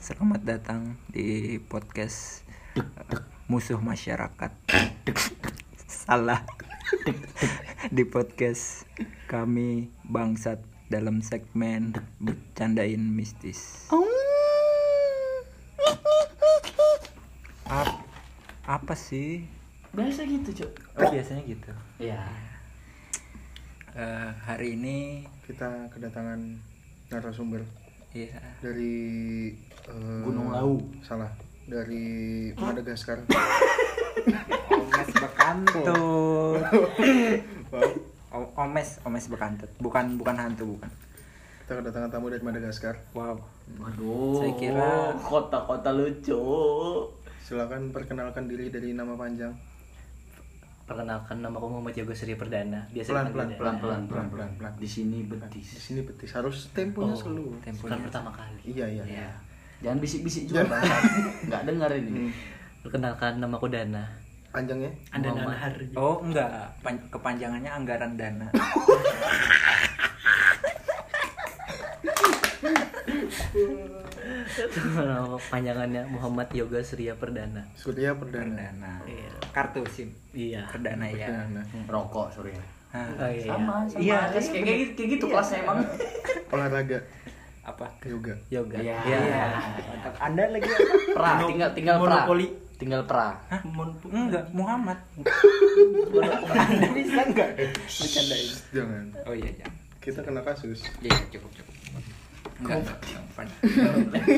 Selamat datang di podcast eh, Musuh Masyarakat. Salah. di podcast kami bangsat dalam segmen bercandain mistis. Ap- apa sih? Biasa gitu, Cok. Oh, biasanya gitu. Iya. Ya. Eh, hari ini kita kedatangan narasumber ya dari eh, Gunung Lawu. salah dari Madagaskar Omes bekantut. O- omes, omes bekantut. Bukan bukan hantu bukan. kita kedatangan tamu dari Madagaskar Wow. Waduh. Saya kira- kota-kota lucu. silakan perkenalkan diri dari nama panjang Perkenalkan nama aku Muhammad Jago Sri Perdana. Biasa Pelan, dipanggil ya. pelan, Dana. Pelan-pelan, Pelan, pelan-pelan. pelan. Di sini di betis. sini betis harus Oh. temponya selalu Bukan Temponya. pertama kali. iya iya Ya. Jangan bisik-bisik juga, Bang. Enggak dengar ini. Perkenalkan nama aku Dana. Hmm. panjangnya Anda Dana Muhammad. Hari. Oh enggak, Pan- kepanjangannya anggaran dana. Nama panjangannya Muhammad Yoga Surya Perdana. Surya Perdana Dana. Iya. Kartu SIM Iya. perdana ya. Perdana. Rokok sore. Hah, Oh, iya. Sama, sama. Iya, Kayak- kayak kayak gitu, kayak gitu kelasnya emang. olahraga apa? yoga Yoga. Iya. Mantap. Anda lagi apa? Pra, tinggal tinggal pra. monopoli. Tinggal pra. Hah? Enggak, Muhammad. Anda bisa enggak? Bercandain. jangan Oh iya, jangan. kita kena kasus Iya, cukup cukup. Enggak, enggak. jangan pan-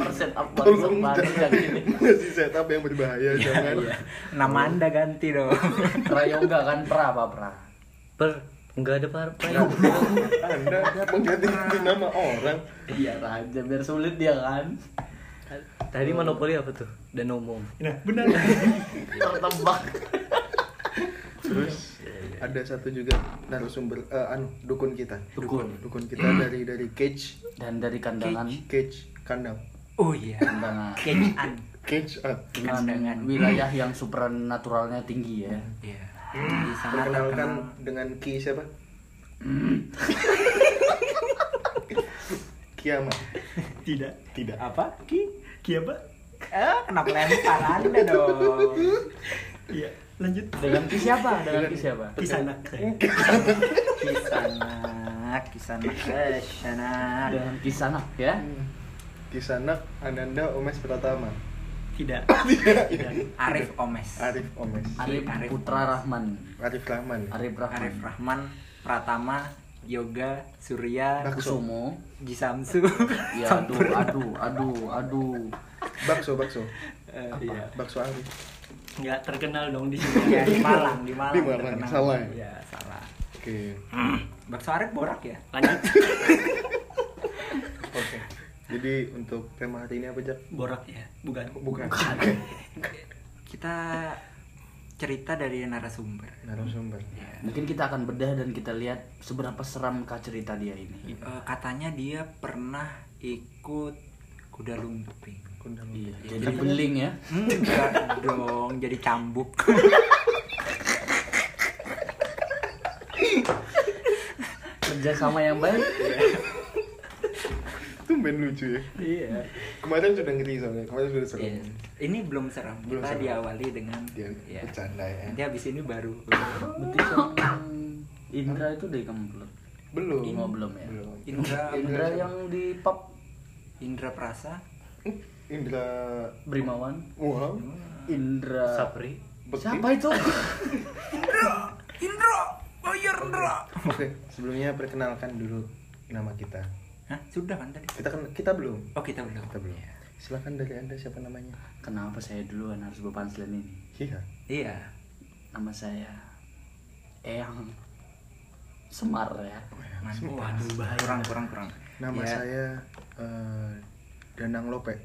Perset up buat tolong sempat jangan ngasih setup yang berbahaya jangan Iya. Nama Anda ganti dong. Pra yoga kan pra apa pra? Per enggak ada par. par- anda mengganti nama orang Iya aja biar sulit dia kan. Tadi monopoli apa tuh? Dan umum. Tertembak. Terus eh, ada satu juga narasumber eh, anu dukun kita. Dukun. Dukun kita dari dari cage Dan dari kandangan cage kandang. Oh iya. kandangan Kenyan. Cage eh, art. dengan wilayah yang supranaturalnya tinggi ya. Iya. Hmm. Di sana terkenal Perkenalkan dengan Ki siapa? Kiamat. tidak Tidak. apa ki ki apa eh, kenapa lempar anda dong Iya. Lanjut. Dengan ki siapa? Dengan ki siapa? Di sana. kisanak kisanak kisanak Dengan ki sana ya. Kisanak Ananda Omes Pratama. Tidak. Arif Omes Arif Omes. Arif Arif. Putra Rahman. Arif Rahman. Arif Rahman. Hmm. Arif Rahman Pratama Yoga Surya Bakso. Kusumo. Jisamsu Iya, Ya aduh, Sampurna. aduh, aduh, aduh. Bakso bakso. Eh, iya. Bakso Arif. Enggak terkenal dong di sini. Ya, Iya. di Malang di Malang Di Malang, terkenal. salah ya? Iya, salah Oke. bakso Arif borak ya Lanjut. Oke. Jadi untuk tema hari ini apa, Jak? Borak ya. Bukan. Bukan. kita cerita dari narasumber Narasumber. Mungkin kita akan bedah dan kita lihat seberapa seramkah cerita dia ini. Eh, katanya dia pernah ikut kuda lumping. Kundang. Iya, jadi beling ya. Enggak dong, jadi cambuk. Kerja sama yang baik. Tumben lucu ya. Iya. Kemarin sudah ngeri soalnya. Kemarin sudah seru. Ini belum seram. Belum Kita seram. diawali dengan Dia ya. bercanda ya. Nanti habis ini baru. Berarti sama Indra itu dari kamu belum? Belum. Oh, belum ya. Belum. Indra Indra yang di pub Indra Prasa. Eh, Indra Brimawan. Wah. Indra Eh, Sapri. Bekti. Siapa itu? Indra, bayar Indra. Oke, sebelumnya perkenalkan dulu nama kita. Hah, sudah kan tadi? Kita kan kita belum. Oh, kita belum. Kita belum. Silakan dari Anda siapa namanya? Kenapa saya duluan harus beban selain ini? Iya. Iya. Nama saya Eyang Semar ya. Mantap. Semua. Waduh, bahaya. Kurang, kurang, kurang. Nama Ya. saya eh, Danang Lope.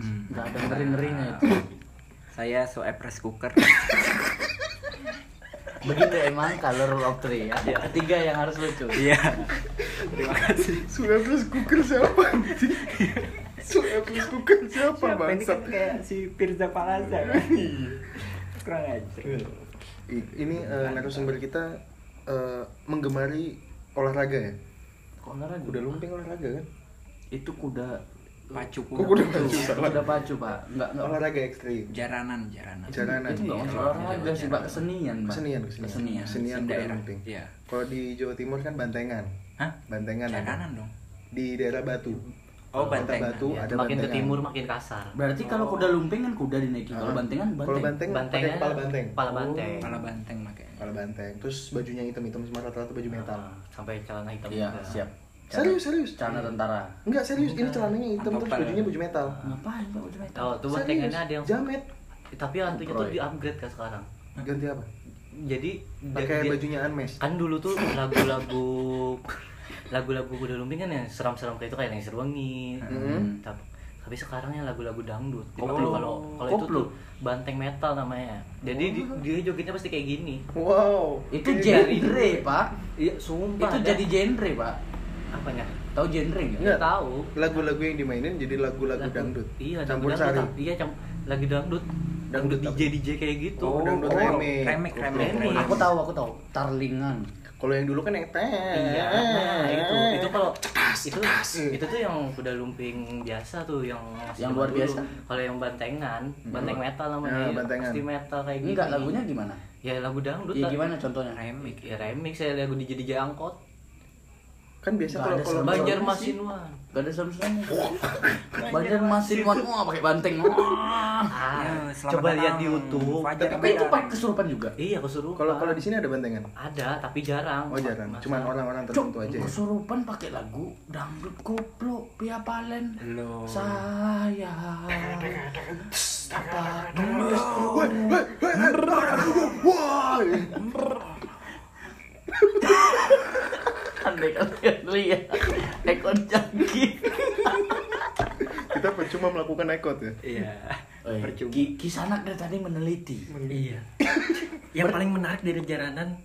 Hmm. Gak ada ngeri-ngerinya itu. Saya soal press cooker. Begitu emang color rule of three ya. Ketiga yang harus lucu. Iya. Terima kasih. Sudah plus cooker siapa? Sudah plus cooker siapa, Siapa ini kan bangsat? kayak si Pirza Palasa kan? Kurang aja. I- Ini eh, narasumber kita eh, menggemari olahraga ya? Kok olahraga? Kuda lumping olahraga kan? Itu kuda Iya. pacu Kok kuda kuda pacu salah? Udah pacu pak, nggak nggak Olahraga ekstrim. jaranan jaranan Jaranan. Itu nggak Iya, masuk olahraga jaranan. sih pak, kesenian pak. Kesenian, kesenian. Kesenian. Kesenian kuda Daerah. lumping. Iya. Kalau di Jawa Timur kan bantengan. Hah? Bantengan. ada. jaranan dong Di daerah Batu. oh Kota banteng Iya, Batu ada Iya, makin ke bantengan. timur makin kasar. Berarti kalau kuda lumping kan kuda dinaikin, kalau Ah. bantengan Oh. Kalau banteng. banteng, pakai kepala banteng. Kepala banteng. Oh, kepala banteng makanya Kepala banteng. Terus bajunya hitam-hitam semua rata-rata baju metal. Ah, sampai celana hitam. Iya juga. siap. Serius, serius. Cana tentara. Enggak serius, ini celananya hitam Atau terus pel- bajunya baju metal. Ngapain pak udah metal? Oh, tuh Serius, bantengannya ada yang jamet. Tapi hantunya tuh Proy. di upgrade kan sekarang. Ganti apa? Jadi Pakai dia- bajunya Anmes. kan dulu tuh lagu-lagu lagu-lagu kuda lumping kan yang seram-seram kayak itu kayak yang serwangi Mm. tapi, tapi sekarang yang lagu-lagu dangdut Jadi Koplo. kalau kalau itu Koplo. tuh banteng metal namanya jadi di- dia jogetnya pasti kayak gini Wow. Itu Kayak genre pak. iya sumpah Itu ada- jadi genre pak. apanya Tahu genre nggak? Nggak. nggak tahu Lagu-lagu yang dimainin jadi lagu-lagu dangdut. iya lagu campur dangdut, sari. tapi- iya camp- lagi dangdut Dangdut dangdut DJ DJ kayak gitu Oh, dangdut oh, reme. remek, remek. Remek. Aku tahu, aku tahu. Tarlingan. Kalau yang dulu kan yang teh. Iya, nah, itu itu kalau itu eh, cekas. itu tuh yang kuda lumping biasa tuh yang Yang luar dulu. biasa. Kalau yang bantengan, banteng metal namanya. Nah, ya, bantengan. Pasti metal kayak gitu. Enggak lagunya gimana? Ya lagu dangdut. Ya lah. gimana contohnya? remik Ya remix saya lagu DJ DJ angkot. kan biasa Nggak kalau ada kalau serba. Banjar Banjarmasin. Masinuan. Gak ada serem-seremnya. Badan masin wan, wah pakai banteng. Wah. Ah, Ya, selamat coba datang, lihat di YouTube. Fajar Tapi itu Ramadan. pak kesurupan juga. Iya, kesurupan. kalau kalau di sini ada bantengan. ada tapi jarang. Oh jarang, Masa- cuman orang-orang Cuk, tertentu aja. ya? kesurupan pakai lagu dangdut koplo Pia Palen. Loh. Oh. Saya apa dulu? Wah, wah, wah, wah, wah. Andai kalian lihat ekor jangki. Kita percuma melakukan ekot ya. iya Eh, percuma Ki Kisanak dari tadi meneliti. Iya. Yang paling menarik dari jaranan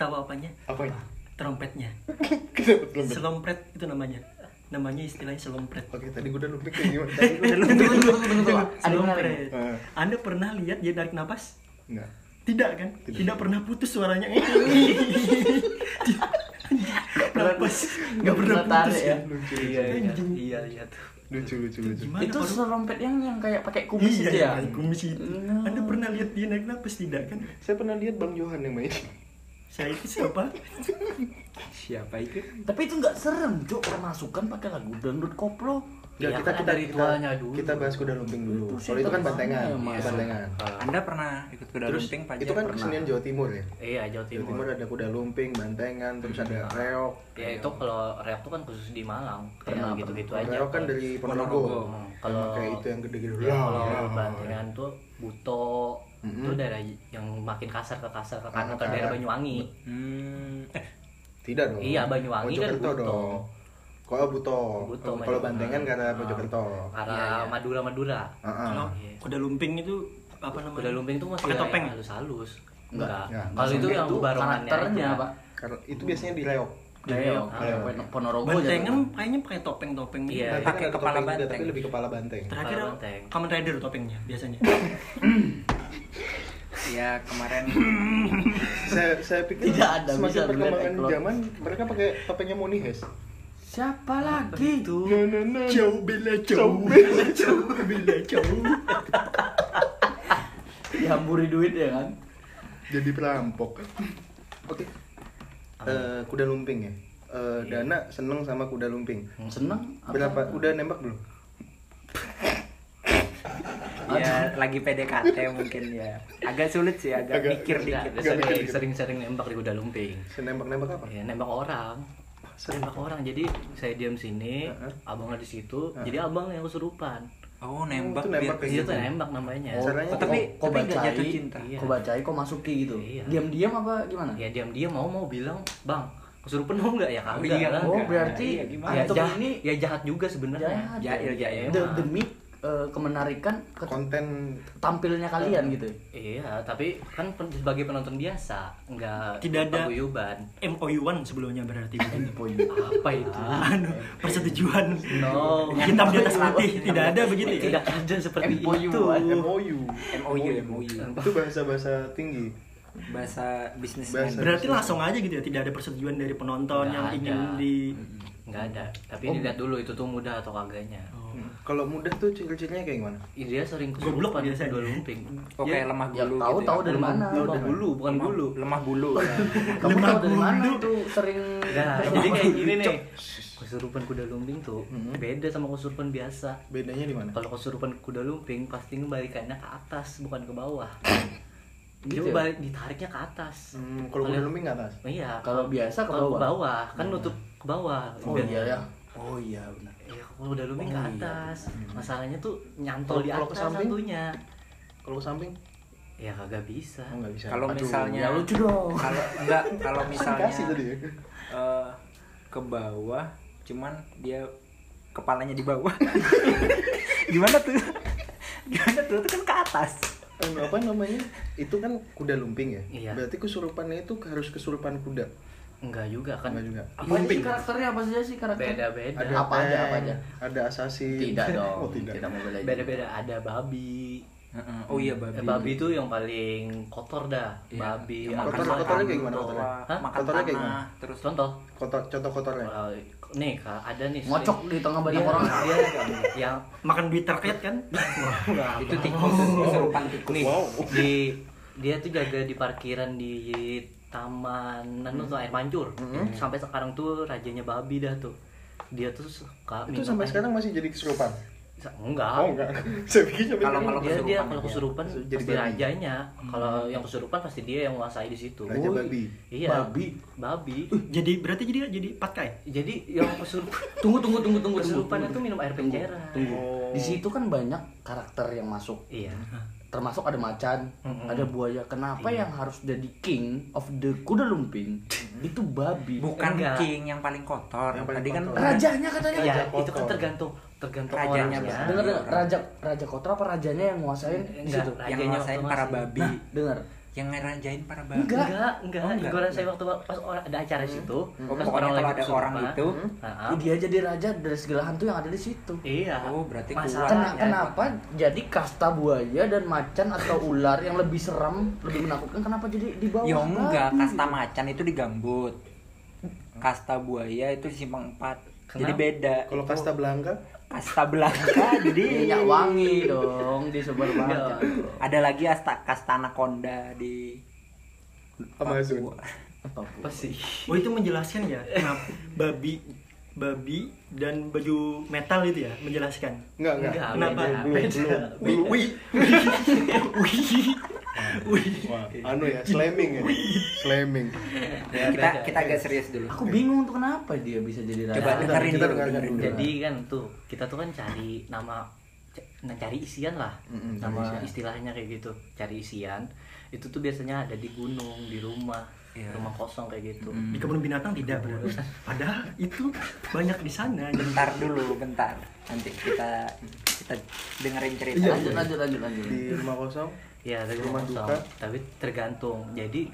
tahu apanya? Apa ini? Trompetnya. Kenapa belum? Selompret itu namanya. Namanya istilahnya selompret. Oke, tadi gue udah lupa kayak gimana. Tadi gua- Tunggu, tunggu, tunggu, tunggu, tunggu. Ada yang menarik. Selompret. Eh. Anda pernah lihat dia tarik napas? Enggak. Tidak kan? Tidak, pernah putus suaranya. napas nggak pernah Nggak putus tarik ya. Lucu, Iya, iya, Anjing. iya, iya tuh. lucu, lucu, lucu. Gimana Itu baru- serompet yang yang kayak pakai kumis Iya, itu ya. naik kumis itu. No. Anda pernah lihat dia naik napas tidak kan? Saya pernah lihat Bang Johan yang main. Saya itu siapa? siapa itu Tapi itu nggak serem, Cuk. Pemasukan pakai lagu dangdut koplo. Ya, Iya, kita kan kita ada ritualnya kita, dulu. kita bahas kuda lumping dulu. Itu sih Kalau itu kan terkenal bantengan, ya, Mas. bantengan. anda pernah ikut kuda Terus lumping Fajar itu kan pernah kesenian Jawa Timur ya. Iya, Jawa Jawa Timur Timur. ada kuda lumping, bantengan, terus ada reok. Ya itu kalau reok tuh kan khusus di Malang. Pernah, Kayak gitu-gitu aja. Reok kan Kayak- dari Ponorogo. Hmm, Kalau kalau kayak itu yang gitu. Iya. gede-gede. Ya, Lah, kalau Iya. lah. bantingan tuh buto Mm-mm. itu daerah yang makin kasar ke kasar ke kanan ke Kanan. daerah Banyuwangi hmm eh, Tidak dong. Iya, Banyuwangi kan Mojokerto Buto. dong. Kalau Buto. Buto, Kalau Banyuwangi. bantengan karena Ah. Mojokerto. Iya, Ah, arah Madura Madura Heeh. Kalau kuda lumping itu apa namanya? kuda lumping tuh masih Pakai topeng? halus halus Enggak. Ya, enggak Enggak. kalau itu ya. Iya, yang barongannya karakternya, aja. Pak. Karena itu biasanya di reok. Kayak kayak Iya. Reok. Ponorogo Bantengan kan? kayaknya pakai topeng-topeng gitu. Iya. Bantengan Pakai ada kepala topeng juga, banteng. tapi lebih kepala banteng. Terakhir Kepala banteng. Kamen Rider topengnya biasanya. ya kemarin saya saya pikir Tidak ada semakin bisa melihat perkembangan eklon. zaman mereka pakai topengnya Moni Hes. Siapa lagi? Itu. Na, na, na, na. Jauh bila jauh, Jauh bila jauh, bila jauh. Dihamburi duit ya kan? Jadi perampok. Oke. Eh, kuda lumping ya. Eh, Dana seneng sama kuda lumping. Hmm. Seneng? apa? Berapa? Udah nembak belum? ya lagi PDKT mungkin ya agak sulit sih agak, Agak- mikir Enggak, dikit Enggak mikir sering- gitu. sering-sering nembak di kuda lumping Senembak-nembak apa? ya nembak orang Sering. nembak orang jadi saya diam sini abangnya di situ jadi abang yang kesurupan oh nembak Itu nembak biar kayak itu gitu. tuh nembak ya. namanya Oh, Caranya tapi tapi kok tapi nggak bacai, jatuh cinta Iya. kok bacai, kok masuki gitu. Iya. Diam-diam apa gimana? ya diam-diam mau mau bilang bang kesurupan mau nggak ya kagak iya, lah. Oh, Enggak. berarti Iya, gimana? ya antum jahat ini ya jahat juga sebenarnya jahat. Jail, jail. De- emang. demi eh, kemenarikan ke- Konten tampilnya kalian gitu. iya tapi kan pen- sebagai penonton biasa nggak Tidak ada- paguyuban MOU1 sebelumnya berarti. apa itu Ah, Anu, persetujuan. No. Hitam di atas putih tidak ada begitu ya. tidak ada seperti MOU. itu MOU. MOU MOU Itu bahasa-bahasa tinggi. bahasa bisnis Bahasa- Berarti langsung aja gitu ya, tidak ada persetujuan dari penonton Nggak yang ingin ada. di nggak ada tapi Oh. dilihat dulu itu tuh muda atau kagaknya Oh. Kalau mudah tuh ciri-cirinya kayak gimana? Ih, dia sering Goblok kesurupan biasanya. kuda lumping oke Ya, lemah Ya, bulu tahu gitu tahu ya. dari mana? ya udah dulu bukan lemah, bulu lemah bulu ya. Kamu tahu dari mana itu sering Nah, jadi kayak gini nih. Kesurupan kuda lumping tuh Mm-hmm. beda sama kesurupan biasa. Bedanya di mana? Kalau kesurupan kuda lumping pasti ngembalikannya ke atas bukan ke bawah. Dia Gitu ya? balik ditariknya ke atas. Hmm, kalau kuda lumping nggak atas. Iya. Kalau biasa ke kalau bawah. kan nutup ke bawah. Oh Biar- iya ya. Oh iya benar. Iya, kalau kuda lumping ke Oh, iya, atas. Masalahnya tuh nyantol di Kalau- kalau atas ke samping? satunya. Kalau ke samping? Ya kagak bisa. Oh nggak bisa. kalau Aduh, misalnya Ya lucu dong. kalau enggak kalau misalnya kasih Kan tadi ya. eh, ke bawah cuman dia kepalanya di bawah gimana tuh gimana tuh itu kan ke atas Eh, apa namanya? Itu kan kuda lumping ya. Iya. Berarti kesurupannya itu harus kesurupan kuda. Enggak juga kan. Iya. Enggak juga. Apa sih karakternya apa saja sih karakter? Beda-beda. Ada Apa aja, tank, apa aja? Ada assassin. Tidak dong. Oh, tidak. mau belajar. Beda-beda ada babi, Heeh. oh iya babi Iya. Eh, babi itu yang paling kotor dah. Babi. Yang makan Kotor- makan kotornya kayak gimana doang, kotornya? Hah? makan Kotornya kayak tanah, gimana? terus Contoh. Kotor, contoh kotornya. kalau- Nih, Kak, ada nih. Ngocok sering- di tengah banyak Iya, orang. Dia yang Makan duit terkait kan? itu tikus kesurupan tikus. Nih, Wow. di dia tuh jaga di parkiran di taman nanu tuh air mancur. Sampai sekarang tuh rajanya babi dah tuh. Dia tuh suka Itu minum air- sampai sekarang masih jadi kesurupan. Sa- Enggak. Oh enggak. Saya pikir sampai Kalau- kalau sekarang. dia kesurupan dia Ah. kalau aja. kesurupan Jadi pasti babi. rajanya. Kalau yang kesurupan pasti dia yang menguasai di situ. Raja Woi. babi. Iya. Babi. Babi. Jadi berarti jadi jadi patkai. Jadi yang kesurupan Tunggu tunggu tunggu tunggu kesurupannya tunggu, tuh minum air tunggu, penjera. Tunggu. Oh. Di situ kan banyak karakter yang masuk. Iya. Termasuk ada macan, ada buaya. Kenapa yang harus jadi king of the kuda lumping itu babi? bukan Enggak. king yang paling kotor Yang paling tadi kan kotor. Rajanya katanya. Iya, Raja itu kan kotor. tergantung tergantung Rajanya orangnya. besar. Dengar dengar, raja raja kotor apa rajanya yang nguasain di Enggak, situ? raja. yang Rajanya ngerasain waktu para masih- babi Dengar. yang ngerajain para babi Enggak. Enggak, enggak. Oh, enggak. Gua rasain waktu pas orang- ada acara situ, Oh, pokoknya kalau ada orang gitu, heeh. Dia jadi raja dari segala hantu yang ada di situ. Iya. Oh, berarti Kena- Iya, kenapa jadi kasta buaya dan macan atau ular yang lebih seram, lebih menakutkan kenapa jadi di bawah? Hmm. ya enggak babi? kasta macan itu digambut kasta buaya itu di simpang empat jadi Kenapa? beda Kalau kasta belangka, kasta belaka jadi minyak wangi dong di sebar macan. ada lagi kasta kasta anaconda di Amazon. Papua. Apa Bu? Apa sih? Oh itu menjelaskan ya kenapa babi babi dan baju metal itu ya menjelaskan. Enggak, enggak. Enggak, Kenapa? Belum, belum. Belum. Wih. Wih. Wih. Wah, anu ya, slamming ya. Slamming. Ya, kita kita agak serius dulu Aku bingung tuh kenapa dia bisa jadi raja. coba dengerin kita dulu, dengerin dengerin dulu. dulu. Jadi kan tuh kita tuh kan cari nama c- nah, cari isian lah Hmm, Mm-mm, cari nama isian. istilahnya kayak gitu cari isian itu tuh biasanya ada di gunung di rumah Iya. Hmm. rumah kosong kayak gitu Di kebun binatang tidak bro. Padahal itu banyak di sana. bentar dulu bentar nanti kita kita dengerin cerita lanjut lanjut lanjut lanjut. Di rumah kosong. ya dari rumah Rumah kosong duka. tapi tergantung jadi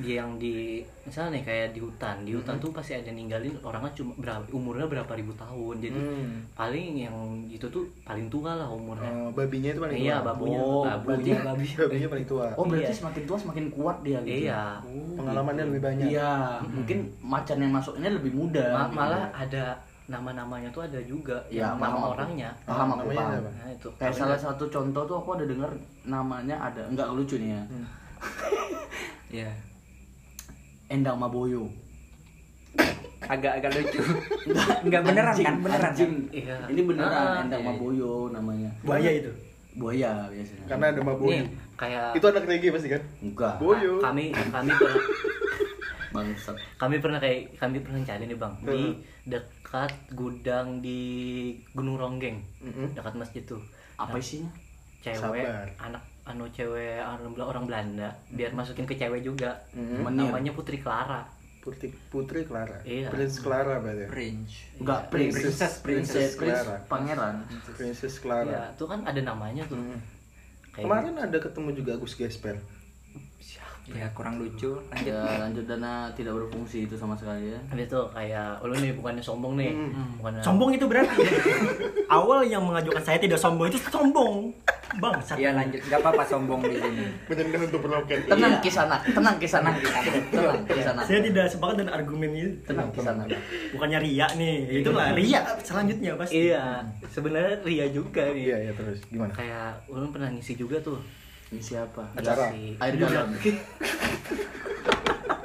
dia yang di misalnya nih kayak di hutan di hutan tuh pasti ada ninggalin orangnya cuma berapa umurnya berapa ribu tahun jadi Hmm. paling yang itu tuh paling tua lah umurnya Eh, babinya itu paling iya tua. babunya Oh, berarti babunya babi. Babinya paling tua. Oh berarti Iya. semakin tua semakin kuat dia gitu. iya Oh, Pengalamannya lebih banyak. Iya, mungkin macan yang masuknya lebih muda. Ma- malah ada nama-namanya tuh ada juga Iya. ya yang paham nama aku. orangnya Paham aku Namanya paham. siapa? nah itu Kayak salah satu contoh tuh aku ada dengar namanya ada enggak lucu nih ya. ya Endang Maboyo. agak agak lucu nggak beneran Anjing, kan beneran kan? anjing. Iya. Ini beneran Ah, Endang iya, iya. Maboyo namanya. Buaya itu. Buaya biasanya. Karena ada mabui. nih kayak Itu anak Regi pasti kan? enggak. Bu- Boyo. kami kami pernah Bangsat. kami pernah kayak kami pernah cari nih bang di dekat gudang di Gunung Ronggeng Mm-mm. dekat masjid tuh Nah, Apa isinya? cewek Sabar. anak anu cewek orang Bel- orang Belanda biar masukin ke cewek juga Mm-mm. Menir. namanya Putri Clara Putri Putri Clara. Iya. Prince Clara berarti. Prince Enggak, princess, Princess, princess, Princess prince, Clara. pangeran. Princess ya Clara. tuh kan ada namanya tuh Mm. kayak Kemarin ada ketemu juga Agus Gesper. ya kurang lucu lanjut Ya, lanjut dana tidak berfungsi itu sama sekali ya. Habis itu kayak oh, lu nih bukannya sombong nih. Bukannya Sombong itu berarti. Awal yang mengajukan saya tidak sombong itu sombong. Bang, satu. Iya lanjut, nggak apa-apa sombong di sini. Benar-benar untuk perlokan. Tenang kisana, tenang kisana, tenang kisana. Saya tidak sepakat dengan argumen itu. Tenang Iya, kisana. Bukannya ria nih, itulah ria selanjutnya pasti. Iya, sebenarnya Ria juga Iya nih. iya terus gimana? Kayak ulun pernah ngisi juga tuh. Ini siapa? Acara. Ngisi. Air galon.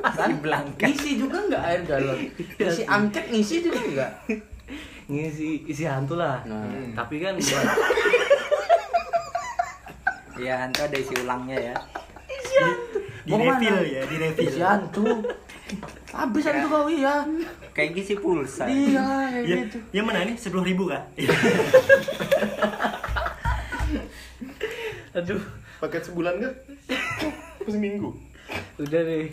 Si Blanka. Ngisi juga nggak air galon? Ngisi angket ngisi kan juga nggak? Ngisi isi hantu lah. Nah. Hmm. Tapi kan Iya Hanto ada isi ulangnya ya. Di Mau refill mana? ya, di refill. Isi hantu. Habis hantu kau iya. Kayak ngisi pulsa. Iya, kayak Ya, gitu. yang mana nih? Sepuluh ribu kah? aduh, Paket sebulan enggak? Apa seminggu? udah deh.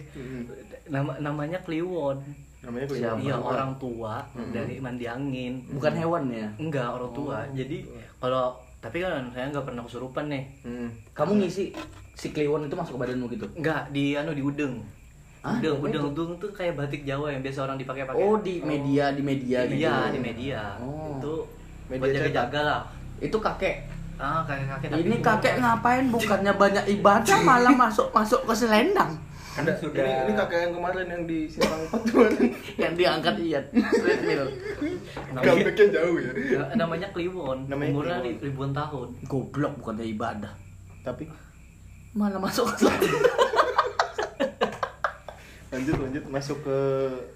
Nama namanya Kliwon. Hmm. Namanya Hmm. kuliah. Siapa? Nama Iya, apa? orang tua dari mandi angin. Bukan hewan ya. Enggak, orang Oh, tua. Jadi kalau tapi kan saya nggak pernah kesurupan nih. Hmm. Kamu ngisi si kliwon itu masuk ke badanmu gitu. Enggak, di anu di udeng. Hah? Udeng, Apa udeng, udeng tuh kayak batik Jawa yang biasa orang dipakai-pakai. Oh, di media, di media gitu. Iya, di media. Oh. Itu Media buat jaga-jaga lah. Itu kakek. Ah, kakek-kakek tapi Ini umur- kakek ngapain bukannya banyak ibadah malah masuk masuk ke selendang. Kan Anda, sudah. Ini, ini kakek yang kemarin yang di Simpang 4 kemarin. Yang diangkat iya, treadmill. namanya, Comebacknya jauh ya. namanya Kliwon. Namanya Umurnya Kliwon. ri- ribuan tahun. Goblok bukannya ibadah. Tapi Malah masuk ke selendang. lanjut lanjut masuk ke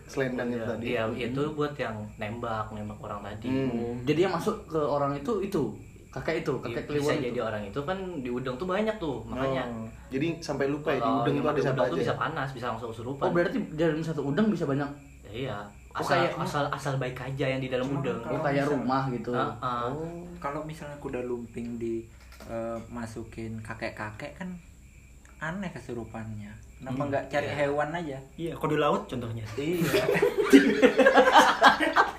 selendang itu tadi. Iya, itu buat yang nembak, nembak orang tadi. Gitu. Hmm. Jadi yang masuk ke orang itu itu kakek itu, kakek bisa kliwon itu. jadi orang itu kan di udeng tuh banyak tuh, makanya. Oh, jadi sampai lupa ya di Kalau udeng yang tuh ada pakai siapa udang aja. tuh bisa panas, bisa langsung kesurupan. Oh berarti dalam satu udang bisa banyak Ya, iya. Oh, Asal, kayak- asal asal baik aja yang di dalam Cuma udeng. kalau- oh, kayak bisa. rumah gitu. Ah, ah. Kalau misalnya kuda lumping di eh, masukin kakek-kakek kan aneh kesurupannya. Hmm. Kenapa nggak cari iya. hewan aja? Iya, kode laut contohnya. Iya.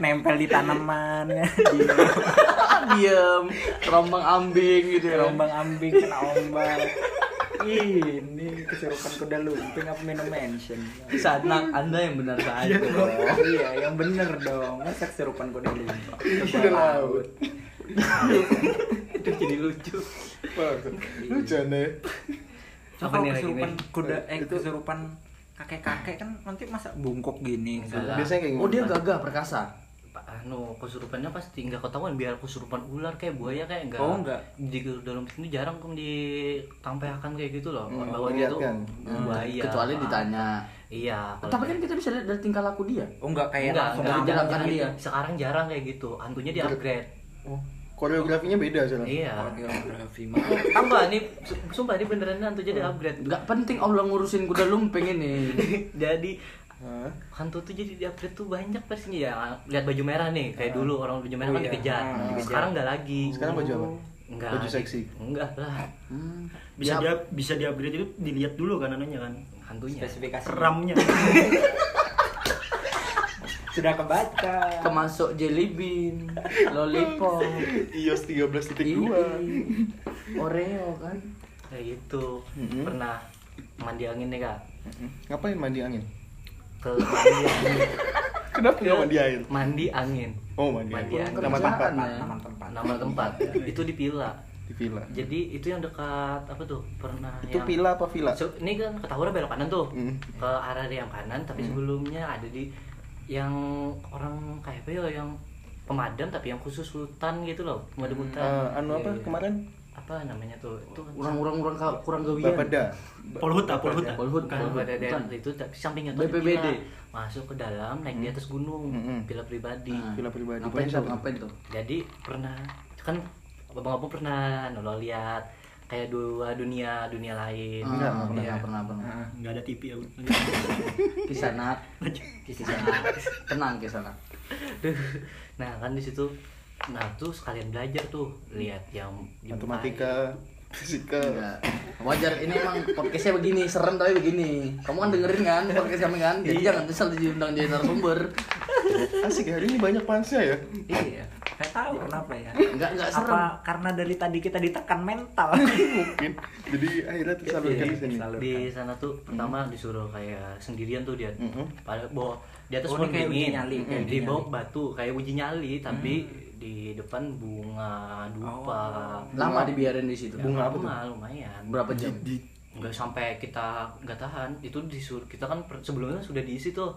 Nempel di tanaman, di Diam, Ah, rombang ambing gitu ya. gelombang ambing kena ombak. Ini kesurupan kuda lumping apa minum mention? Di sana Anda yang benar saja. Oh, iya, yang bener dong. Masa kesurupan kuda lumping? Kuda laut. Itu jadi lucu. Lucu aneh. So, Apa kalau nih lagi kesurupan nih? kuda eh Itu- kesurupan kakek-kakek kan nanti masa bungkok gini. Enggak lah. Biasanya kayak Oh dia gimana? gagah perkasa. Pak Anu kesurupannya pasti nggak ketahuan biar kesurupan ular kayak buaya kayak enggak. Oh, nggak. Di dalam itu jarang kum ditampilkan kayak gitu loh. Hmm, Bawahnya tuh kelihatan. Hmm, buaya. kan? Kecuali Ah, ditanya. Iya. kalau- Tapi kan kita bisa lihat dari tingkah laku dia. Oh enggak kayak enggak, langsung enggak, aja. dijalankan kan jarang dia. gitu. Sekarang jarang kayak gitu. Hantunya di upgrade. Oh, koreografinya beda soalnya. Iya. Koreografi mah. Tambah nih, su- sumpah ini beneran hantunya di upgrade. Gak penting Allah ngurusin kuda lumping ini. jadi Hah? hantu tuh jadi di upgrade tuh banyak versinya ya lihat baju merah nih kayak dulu orang baju Oh merah kan iya. dikejar Ah, Hmm, dikejar. sekarang nggak lagi Sekarang baju apa? enggak Baju seksi. enggak lah Hmm. Bisa Ya, dia bisa di upgrade itu dilihat dulu kan anunya kan. hantunya Spesifikasi. Ramnya. Sudah kebaca. kemasuk jelly bean, lollipop, iOS 13.2. ini, Oreo kan. kayak gitu Mhm. pernah mandi angin nih kak Mm-mm. Ngapain mandi angin? ke mandi angin Kenapa nggak mandi angin? mandi angin Oh mandi, Mandi angin. angin. Nama Kerjaan tempat ya. Taman tempat. nama tempat Iya, itu di pila di villa. jadi itu yang dekat apa tuh pernah Itu yang- villa apa villa? So, ini kan ketahuan belok kanan tuh Hmm. ke arah yang kanan tapi sebelumnya ada di yang orang kayak apa ya yang pemadam tapi yang khusus hutan gitu loh pemadam hutan Eh, Iya, anu apa iya. kemarin? apa namanya tuh itu kan Orang-orang kurang kurang Oh, iya. gawian. Bapeda. Polhuta, polhuta. Polhut, bukan polhut, pada daerah hutan. itu tapi sampingnya tuh ada BPBD. villa. masuk ke dalam naik di atas gunung Hmm. villa pribadi Nah, Villa pribadi. Ngapain Punya tuh? siapa? Ngapain tuh? jadi pernah kan abang-abang pernah nolo lihat kayak dua dunia dunia lain Ah, Enggak, enggak pernah, Iya. pernah, pernah. Enggak ada TV aku. Kisanak, kisanak, tenang kisanak. Duh. nah kan di situ nah tuh sekalian belajar tuh lihat yang di Matematika, fisika. Iya. Enggak. Wajar ini emang podcastnya begini, serem tapi begini. Kamu kan dengerin kan podcast kami kan? Jadi jangan nyesel diundang jadi narasumber. Asik ya, hari ini banyak pansnya ya. bukai. iya Gak tahu kenapa ya. Enggak, enggak serem. Apa karena dari tadi kita ditekan mental? Mungkin. Jadi akhirnya Iya, tersalurkan di sini. di sana tuh pertama disuruh kayak sendirian tuh dia Mhm. pada bawa di atas Oh, pohon ini kayak uji dingin Hmm, nyali, Hmm. kayak di uji bawah batu kayak uji nyali tapi di depan bunga dupa. Ya, Lama dibiarin di situ. Oh. bunga apa Lumayan. Berapa jam? nggak sampai kita nggak tahan itu disuruh kita kan per- sebelumnya sudah diisi tuh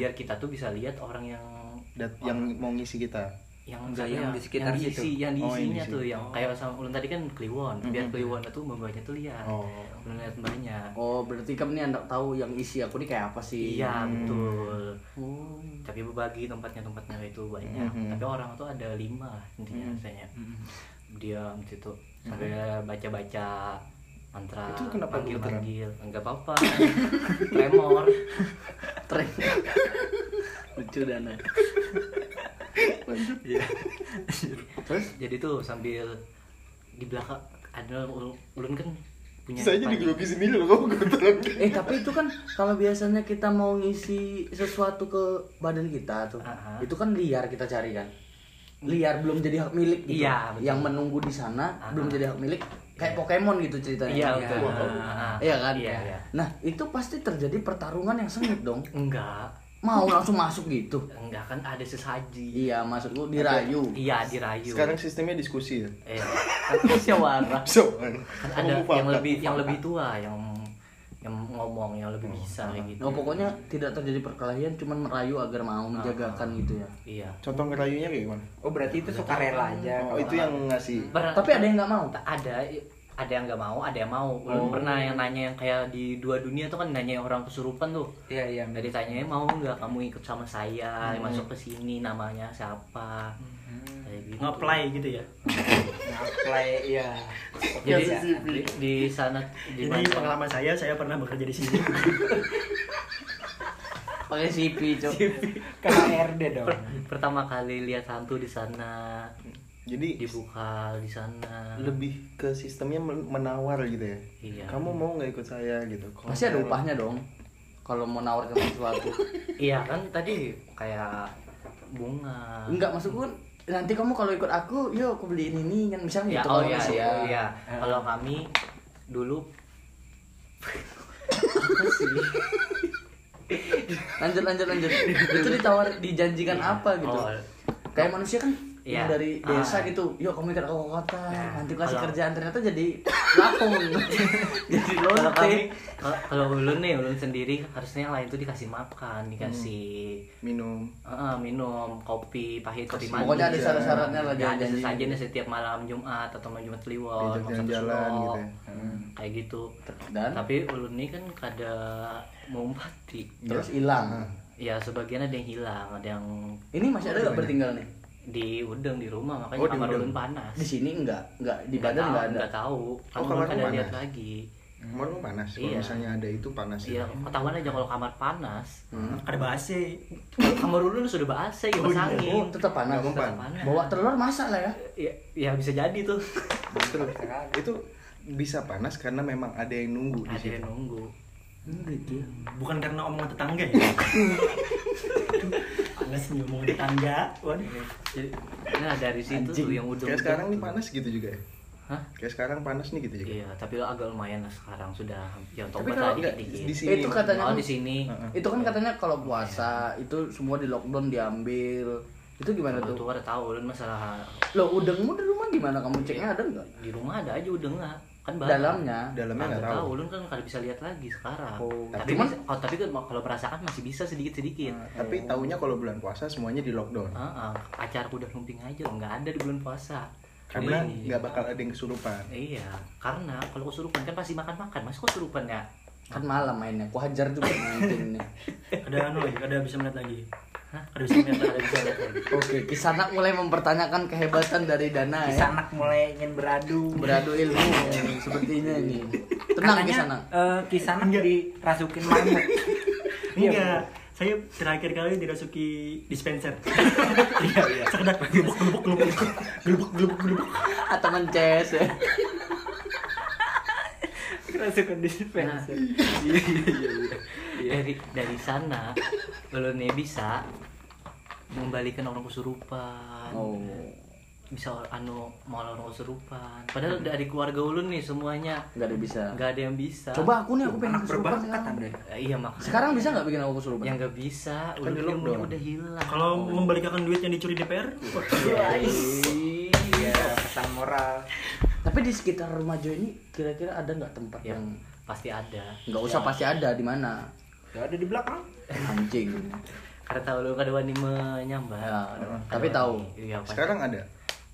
biar kita tuh bisa lihat orang yang Dat- yang mau ngisi kita yang Enggak, siapa yang ya? di sekitar yang situ. diisi yang Oh, yang diisinya diisi. tuh yang kayak sama ulun tadi kan kliwon biar kliwon itu mbaknya tuh lihat Oh. Ulun lihat mbaknya Oh, berarti kamu nih anak tahu yang isi aku nih kayak apa sih? iya betul tapi berbagi tempatnya tempatnya itu banyak tapi orang tuh ada lima intinya biasanya diam situ sampai Mhm. baca-baca mantra Itu kenapa panggil lu gemeteran? panggil nggak apa-apa tremor Tren. Lucu dana. Iya, terus jadi tuh sambil di belakang ada ulun, ulun kan punya bisa aja di grup sini loh kamu kebetulan Eh, tapi itu kan kalau biasanya kita mau ngisi sesuatu ke badan kita tuh. Aha. Itu kan liar kita cari kan. Liar belum jadi hak milik gitu. Iya, betul. Yang menunggu di sana Aha. belum jadi hak milik kayak Pokemon gitu ceritanya. iya betul Ah, Iya kan? iya, iya. Nah, itu pasti terjadi pertarungan yang sengit dong. enggak Mau langsung masuk gitu. enggak kan ada sesaji Iya, masuk lu dirayu. iya dirayu sekarang sistemnya diskusi ya eh kan musyawarah so kan ada yang lebih yang lebih tua yang yang ngomong yang lebih bisa kayak gitu Oh, pokoknya tidak terjadi perkelahian, cuman merayu agar mau menjagakan gitu ya. iya contoh ngerayunya kayak gimana Oh berarti itu suka rela aja. oh itu yang ngasih Pernah- Tapi ada yang nggak mau. ada ada yang nggak mau ada yang mau belum pernah yang nanya yang kayak di dua dunia tuh kan nanya orang kesurupan tuh Iya iya. Dari tanya mau nggak kamu ikut sama saya masuk ke sini namanya siapa kayak gitu. Ngeplay gitu ya. Ngaplay iya. Jadi Ya, CCTV. di, di sana di Ini Bandung. pengalaman saya, saya pernah bekerja di sini. Pakai CP, Cok. KRD dong. Per- pertama kali lihat hantu di sana jadi dibuka di sana lebih ke sistemnya men- menawar gitu ya Iya. kamu mau nggak ikut saya gitu Kalau Pasti ada saya- upahnya dong. Kalau mau nawarkan sesuatu. iya kan tadi kayak bunga Enggak, maksudku kan nanti kamu kalau ikut aku, yuk aku beliin ini kan ya misalnya gitu oh kalau ya masuk. ya, ya. kalau kami dulu Lanjut lanjut lanjut. itu ditawar dijanjikan apa gitu. Oh. Kayak manusia kan Iya. yang dari Ah. desa gitu, yuk kamu ikut aku ke kota, Nah, nanti kasih kalau- kerjaan ternyata jadi lapung, jadi kalau lonte. kami kalau- kalau ulun nih ulun sendiri harusnya yang lain tuh dikasih makan dikasih minum Ah, minum kopi pahit kopi manis Hmm. Pokoknya ada syarat-syaratnya lah, gitu. Ya, ada janji-janji. sesajennya setiap malam Jumat atau malam Jumat Iya, Kliwon Diajak malam Sabtu jalan-jalan Suro. gitu ya. Hmm. kayak gitu Dan tapi ulun ini kan kada mumpati terus Ah, hilang. ya sebagian ada yang hilang ada yang Ini masih ada nggak bertinggal nih? di udang di rumah makanya Oh, di kamar udeng. ulun panas Di sini enggak, enggak di badan tahu, enggak ada. nggak tahu Oh, Kamu kamar kada lu lihat panas. lagi kamar lu panas Hmm. kalau Iya. misalnya ada itu panas gitu. Iya, ketahuan aja kalau kamar panas. ada bahasa. Kamar ulun sudah bahasa, ya Oh, angin. oh, tetap panas. Nggak mempan. Tetap panas. Bawa telur masak lah ya. Ya, ya bisa jadi tuh. Betul. itu bisa panas karena memang ada yang nunggu di Ada situ yang nunggu. Hmm, gitu ya. Bukan karena omongan tetangga ya. Panas nih omongan tetangga. Waduh. Iya. Jadi, Nah dari situ tuh yang udah. kayak sekarang nih panas gitu juga ya Hah? kayak sekarang panas nih gitu juga Iya, tapi lo agak lumayan lah sekarang sudah yang Tapi tobat kalau lah enggak dikit-dikit. di sini Itu katanya oh kan- di sini. Itu kan katanya kalau puasa itu semua di lockdown diambil. Itu gimana Kalau tuh? tuh ada tahu lo masalah Loh, udengmu di rumah gimana? Kamu ceknya ada nggak? di rumah ada aja udah nggak kan barang. Dalamnya. dalamnya Nggak nggak tahu, tahu ulun kan kalau bisa lihat lagi sekarang. Oh. tapi Cuman- bisa- oh, tapi kan kalau merasakan masih bisa sedikit-sedikit. tapi tahunya kalau bulan puasa semuanya di lockdown Ah, ah, acara kuda lumping aja oh, nggak ada di bulan puasa. karena Jadi- nggak bakal ada yang kesurupan Iya, karena kalau kesurupan kan pasti makan-makan. Mas kesurupan ya? Kan malam mainnya. Ku hajar juga nanti nih. Ada anu lagi, ada bisa melihat lagi. Ada bisa Ada melihat lagi. bisa lihat lagi. Oke, Kisanak mulai mempertanyakan kehebatan dari Dana ya. Kisanak mulai ingin beradu. Beradu ilmu sepertinya ini. Tenang Kisanak. Katanya eh, Kisanak dirasukin mamut. Enggak. Saya terakhir kali dirasuki dispenser. Iya, iya. Sekedar gelubuk gelubuk gelubuk gelubuk gelubuk gelubuk. Atau mences ya. Dirasukin di Nah, dari dari sana belum bisa membalikan orang kesurupan. Oh. bisa anu mau orang kesurupan padahal dari keluarga ulun nih semuanya nggak ada bisa nggak ada yang bisa coba aku nih aku pengen anak kesurupan berbakat sekarang anda Eh, iya makanya sekarang bisa nggak bikin aku kesurupan yang nggak bisa Kan ulun di ilmunya lockdown. udah hilang Kalau membalikkan duit yang dicuri DPR, wah, iya. iya pesan moral tapi di sekitar rumah Jo ini kira-kira ada nggak tempat ya yang pasti ada nggak usah pasti ada di mana gak Ya, ada di belakang anjing karena tahu lu kada wani menyambar Ya, Kada tapi wani. tahu. Iya, pasti. Sekarang ada.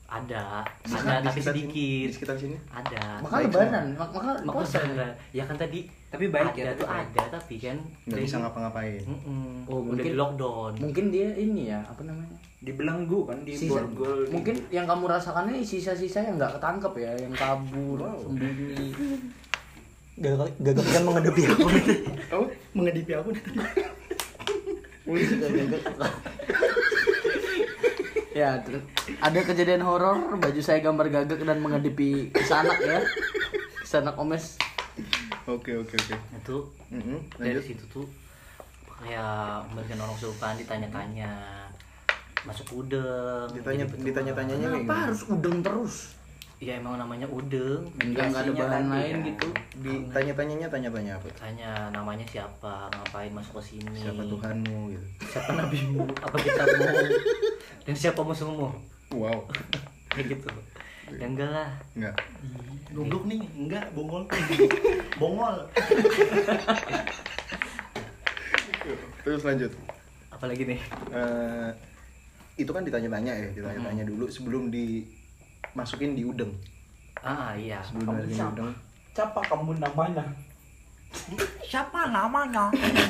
ada ada Di sekitar- Nah, tapi di sekitar sini? sedikit Di sekitar sini. ada maka Baik lebaran mak- maka Makanya puasa beneran. ya kan tadi Tapi baik ada ya, tapi tuh baik. ada tapi kan Nggak dari- bisa ngapa-ngapain. Mm-mm. Oh, udah mungkin- di lockdown mungkin dia ini ya apa namanya dibelenggu kan di sisa borgol mungkin yang kamu rasakannya sisa-sisa yang nggak ketangkep ya yang kabur sembunyi gagal gagal kan menghadapi aku. Oh, menghadapi aku nih tadi. ya ter- ada kejadian horor baju saya gambar gagak dan mengedepi kesanak ya kesanak omes oke oke oke. itu Mm-mm, Nah, dari Lanjut. situ tuh kayak memberikan orang kesurupan ditanya-tanya masuk udeng Ditanya jadi petua. ditanya-tanyanya kayak kenapa gini. harus udeng terus ya emang namanya udeng Iya. enggak nggak ada Dikasihnya bahan tadi lain kan. gitu Ditanya-tanyanya tanya-tanya apa? tanya namanya siapa ngapain masuk ke sini Siapa Tuhanmu gitu. siapa nabimu apa kitabmu dan siapa musuhmu Wow. kayak gitu ya enggak lah Enggak. Goblok nih, enggak bongol. bongol. Terus lanjut. apalagi nih Eh, itu kan ditanya-tanya ya, ditanya-tanya Hmm. dulu sebelum dimasukin di udeng. ah iya Sebelum Kamu dimasukin di siapa? udeng. siapa kamu namanya siapa namanya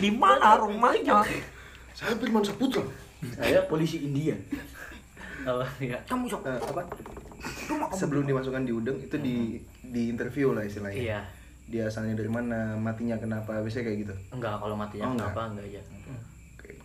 di mana rumahnya Saya Firman Saputra. saya polisi India apa ya kamu siapa Eh, apa? Sebelum dimasukkan di udeng itu di di interview lah istilahnya. iya Dia asalnya dari mana, matinya kenapa, biasanya kayak gitu. enggak kalau matinya Oh, enggak. kenapa enggak ya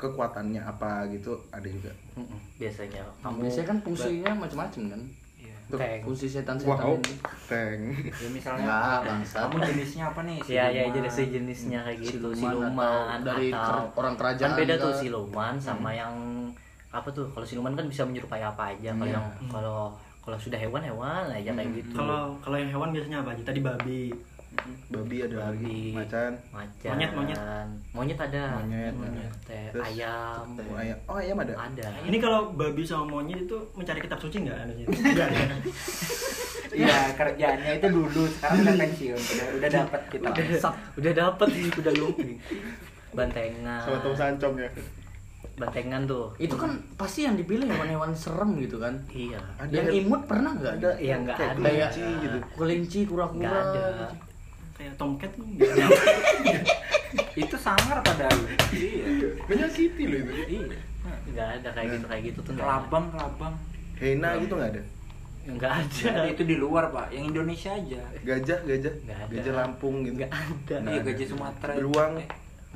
Kekuatannya apa gitu ada juga. Mm-mm, biasanya kamu biasanya kan fungsinya macam-macam kan Iya. Tuh. tank fungsi setan-setan Wow, ini teng. ya misalnya enggak bangsa kamu jenisnya apa nih Iya, iya, Siluman. jadi sejenisnya kayak gitu, Siluman siluman, atau dari atau- ker- orang kerajaan Kan beda ke- tuh siluman sama yang apa tuh? Kalau siluman kan bisa menyerupai apa aja. Iya. Kalau yang kalau kalau sudah hewan hewan aja kayak gitu. Kalau kalau yang hewan biasanya apa aja? Tadi babi. Babi ada Babi. lagi, macan, macan, Monyet, monyet. monyet ada, Monyet, monyet, ada. teh, Terus, ayam, Oh, ayam. Oh, ayam ada. ada. Ini kalau babi sama monyet itu mencari kitab suci enggak anunya? Enggak. ya? iya kerjaannya itu dulu sekarang udah pensiun udah udah dapat kita udah, udah dapet nih kuda lumping, bantengan, Sama Tom Sancom ya. bantengan tuh. itu kan pasti yang dipilih hewan-hewan serem gitu kan Iya. Ada yang imut pernah nggak ada ada Iya, nggak kayak ada. kelinci gitu. kelinci Enggak kura-kura ada. Kayak tomcat enggak. itu sangar padahal iya Menyakiti loh itu. iya Enggak ada kayak gitu kayak gitu tuh. nggak ada. kelabang kelabang Hena gitu nggak ada. Enggak ada. Jadi itu di luar pak yang Indonesia aja Gajah, gajah, Nggak ada. gajah Lampung gitu. Enggak ada. iya gajah Sumatera Beruang. Eh,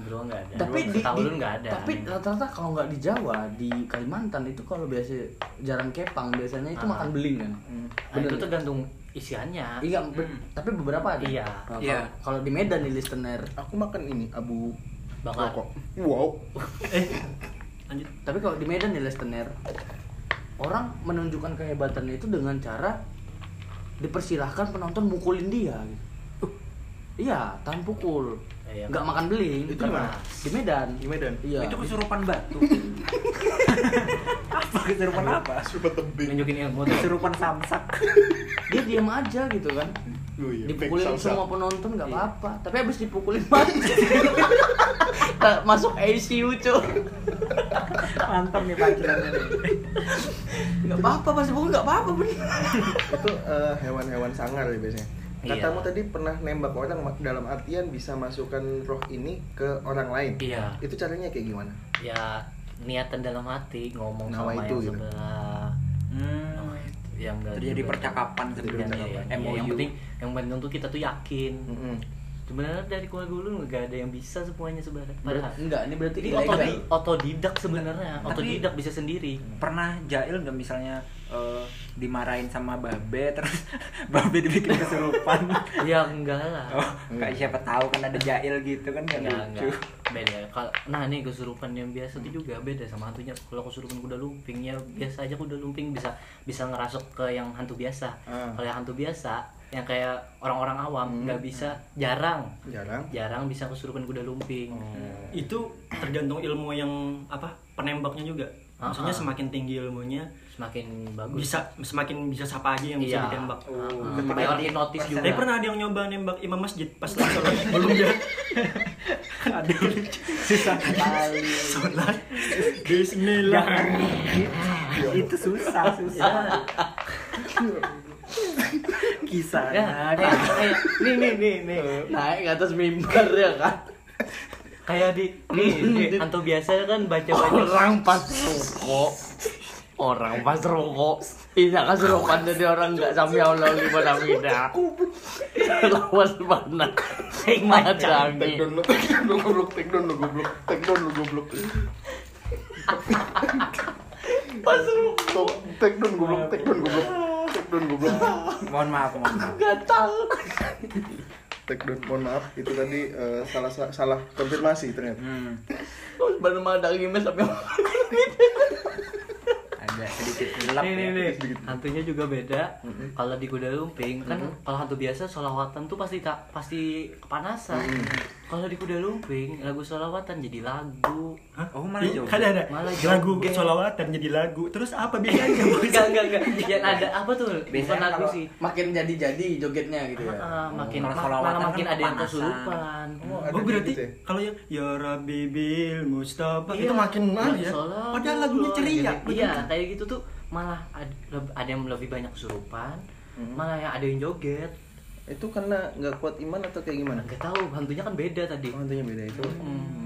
Bro enggak ada. tapi di, Setahu di- lu enggak ada. tapi rata-rata kalau nggak di Jawa di Kalimantan itu kalau biasa jarang kepang biasanya itu Ah. makan beling kan Nah, itu tergantung isiannya. iya be- tapi beberapa ada Iya. Nah, kalau- Iya. kalau di Medan nih listener Aku makan ini abu Bakar. rokok. Wow. Eh. Lanjut. tapi kalau di Medan nih listener orang menunjukkan kehebatannya itu dengan cara dipersilahkan penonton mukulin dia Uh. gitu. iya tahan pukul Iya. nggak makan beling Itu di Karena mana? di Medan Di Medan. iya itu kesurupan batu apa kesurupan apa Super tebing. Nunjukin ilmu tuh. kesurupan samsak dia diam aja gitu kan Oh iya, dipukulin fake semua penonton nggak Iya. apa-apa tapi abis dipukulin mati Nah, masuk ICU cuy mantap nih pancelannya nih. nggak apa-apa pas dipukul nggak apa-apa bener Itu eh, hewan-hewan sangar ya biasanya. Iya. Katamu tadi pernah nembak orang ma- dalam artian bisa masukkan roh ini ke orang lain. Iya. Itu caranya kayak gimana? Ya niatan dalam hati ngomong sama Nawa itu yang gitu. sebelah. Hmm, Oh, iya. Yang enggak terjadi juga- percakapan Iya, sebenarnya iya. ya, MOU yang penting yang penting tuh kita tuh yakin. Hmm. Mm-mm. Sebenarnya dari keluarga lu nggak ada yang bisa semuanya sebenarnya. Padahal. enggak ini berarti Jadi ilegal. otodi- otodidak sebenarnya. Tapi- Hmm. Otodidak bisa sendiri. pernah jahil nggak misalnya eh, dimarahin sama babe terus babe dibikin kesurupan ya enggak lah Ya, oh kayak siapa tahu kan ada jail gitu kan kan enggak lucu Hmm. enggak beda kalau nah ini kesurupan yang biasa itu juga beda sama hantunya kalau kesurupan kuda lumping ya biasa aja kuda lumping bisa bisa ngerasuk ke yang hantu biasa Ah. Hmm. kalau yang hantu biasa yang kayak orang-orang awam nggak bisa jarang jarang jarang bisa kesurupan kuda lumping itu tergantung ilmu yang apa penembaknya juga maksudnya Ah, ah. semakin tinggi ilmunya semakin bagus bisa semakin bisa siapa aja yang bisa Iya. ditembak Ah, kayak orang hipnotis juga Tapi pernah ada yang nyoba nembak imam masjid pas lagi sholat Oh, belum iya. ya ada susah sekali sholat Bismillah Ah, itu susah susah kisah Ya, eh, eh, nih nih nih nih naik ke atas mimbar ya kan kayak di nih, nih hantu biasa kan baca Oh. baca orang pas rokok orang pas rokok tidak keserupan jadi orang nggak sampai allah lima namida lawan mana take madangi down lu take down lu goblok take down lu goblok take down lu goblok pas lu take down goblok take down goblok take down goblok mohon maaf mohon maaf gatal take down mohon maaf itu tadi eh, salah salah konfirmasi ternyata hmm, terus mana madangi mes sampai ada sedikit gelap nih nih ya nih hantunya juga beda kalau di kuda lumping kan kalau hantu biasa solawatan tuh pasti tak pasti kepanasan kalau di kuda lumping lagu solawatan jadi lagu Oh, Iya. malah joget. Kan ada Malah lagu joget. sholawatan jadi lagu. Terus apa bedanya? Oh, enggak enggak enggak yang ada apa tuh bukan Biasanya lagu kalau- iya. sih makin jadi jadi jogetnya gitu ya Ah, makin Kalau ma- solawatan malah makin kan ada yang kepanasan. Hmm. kesurupan Oh, ada Oh berarti gitu ya? kalau yang Ya Rabbi Bil Mustafa Iya, itu makin mahal ya. solawat. Padahal lagunya ceria. kan? iya kayak gitu tuh malah ad- leb- ada yang lebih banyak kesurupan Hmm. malah yang ada yang joget itu karena nggak kuat iman atau kayak gimana nggak tahu hantunya kan beda tadi Oh, hantunya beda itu. Hmm.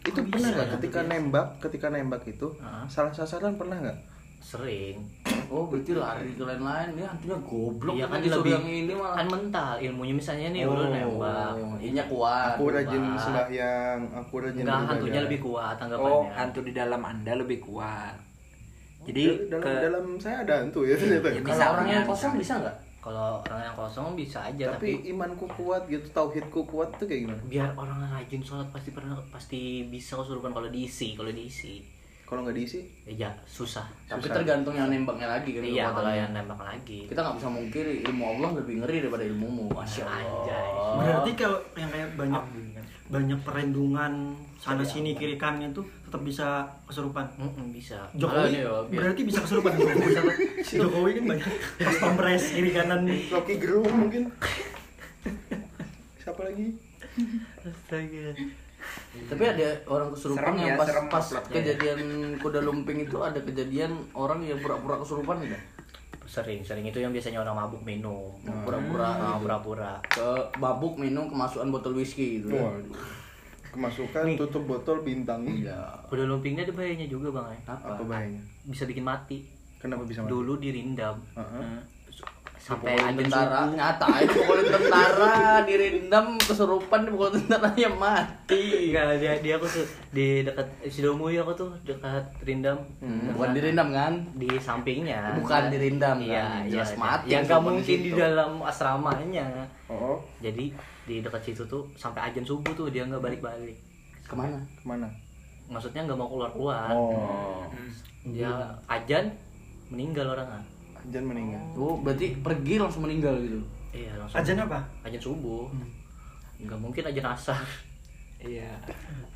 Itu pernah nggak ketika nembak, ketika nembak itu Ah. salah sasaran pernah nggak? sering oh berarti lari ke lain-lain dia hantunya goblok Iya kan disuruh lebih yang ini malah kan mental ilmunya misalnya nih Oh, udah nembak ininya kuat Aku rajin nembak. sembahyang, aku rajin ya. enggak beribadah. hantunya lebih kuat tanggapannya oh hantu di dalam anda lebih kuat jadi dalam, ke dalam saya ada hantu ya ternyata. Iya, kalau orang yang Misalnya, kosong bisa nggak kalau orang yang kosong bisa aja Tapi tapi, imanku kuat gitu, tauhidku kuat tuh kayak gimana? biar orang yang rajin sholat pasti pernah pasti bisa kesurupan kalau diisi kalau diisi Kalau nggak diisi, ya ja- susah tapi Susah. tergantung yang nembaknya lagi kan iya kalau kekuatannya. yang nembak lagi kita nggak bisa mungkiri ilmu Allah lebih ngeri daripada ilmumu masya Anjay. Berarti kalau yang kayak banyak kan? banyak perendungan sana sini kiri kanan itu tetap bisa kesurupan. Iya. Mm-mm, bisa Jokowi Kalau dia- berarti bisa kesurupan Jokowi sama- Jokowi kan banyak pas pampres kiri kanan Rocky Gerung mungkin. Siapa lagi? Astaga. tapi ada orang Serem kesurupan yang ya, pas serem pas uploadnya. kejadian kuda lumping itu ada kejadian orang yang pura-pura kesurupan gitu. nggak sering sering itu yang biasanya orang mabuk minum Pura-pura Ah, gitu. pura-pura ke babuk minum kemasukan botol whisky gitu ya. Waduh. Kemasukan tutup botol bintang. iya kuda lumpingnya ada bahayanya juga bang ya Apa bahayanya? bisa bikin mati Kenapa bisa mati? dulu dirindam Heeh. sampai Pukulin agen tentara suku. nyata itu pukulin tentara direndam kesurupan ya, dipukulin tentaranya mati Enggak, Iya, dia dia aku tuh di dekat Sidomuyo aku tuh dekat Rindam. Hmm, bukan direndam kan di sampingnya. Bukan di Rindam, Iya, iya. kan? Jelas iya. mati Ya nggak semua di mungkin di situ. dalam asramanya. Oh, Jadi di dekat situ tuh sampai ajan subuh tuh dia nggak balik-balik. kemana kemana? Maksudnya nggak mau keluar-keluar. Oh, Dia ajan meninggal orangnya. Jan meninggal. oh berarti pergi langsung meninggal gitu Iya, langsung. ajan apa? Ajan subuh. Hmm. Nggak mungkin ajan asar. iya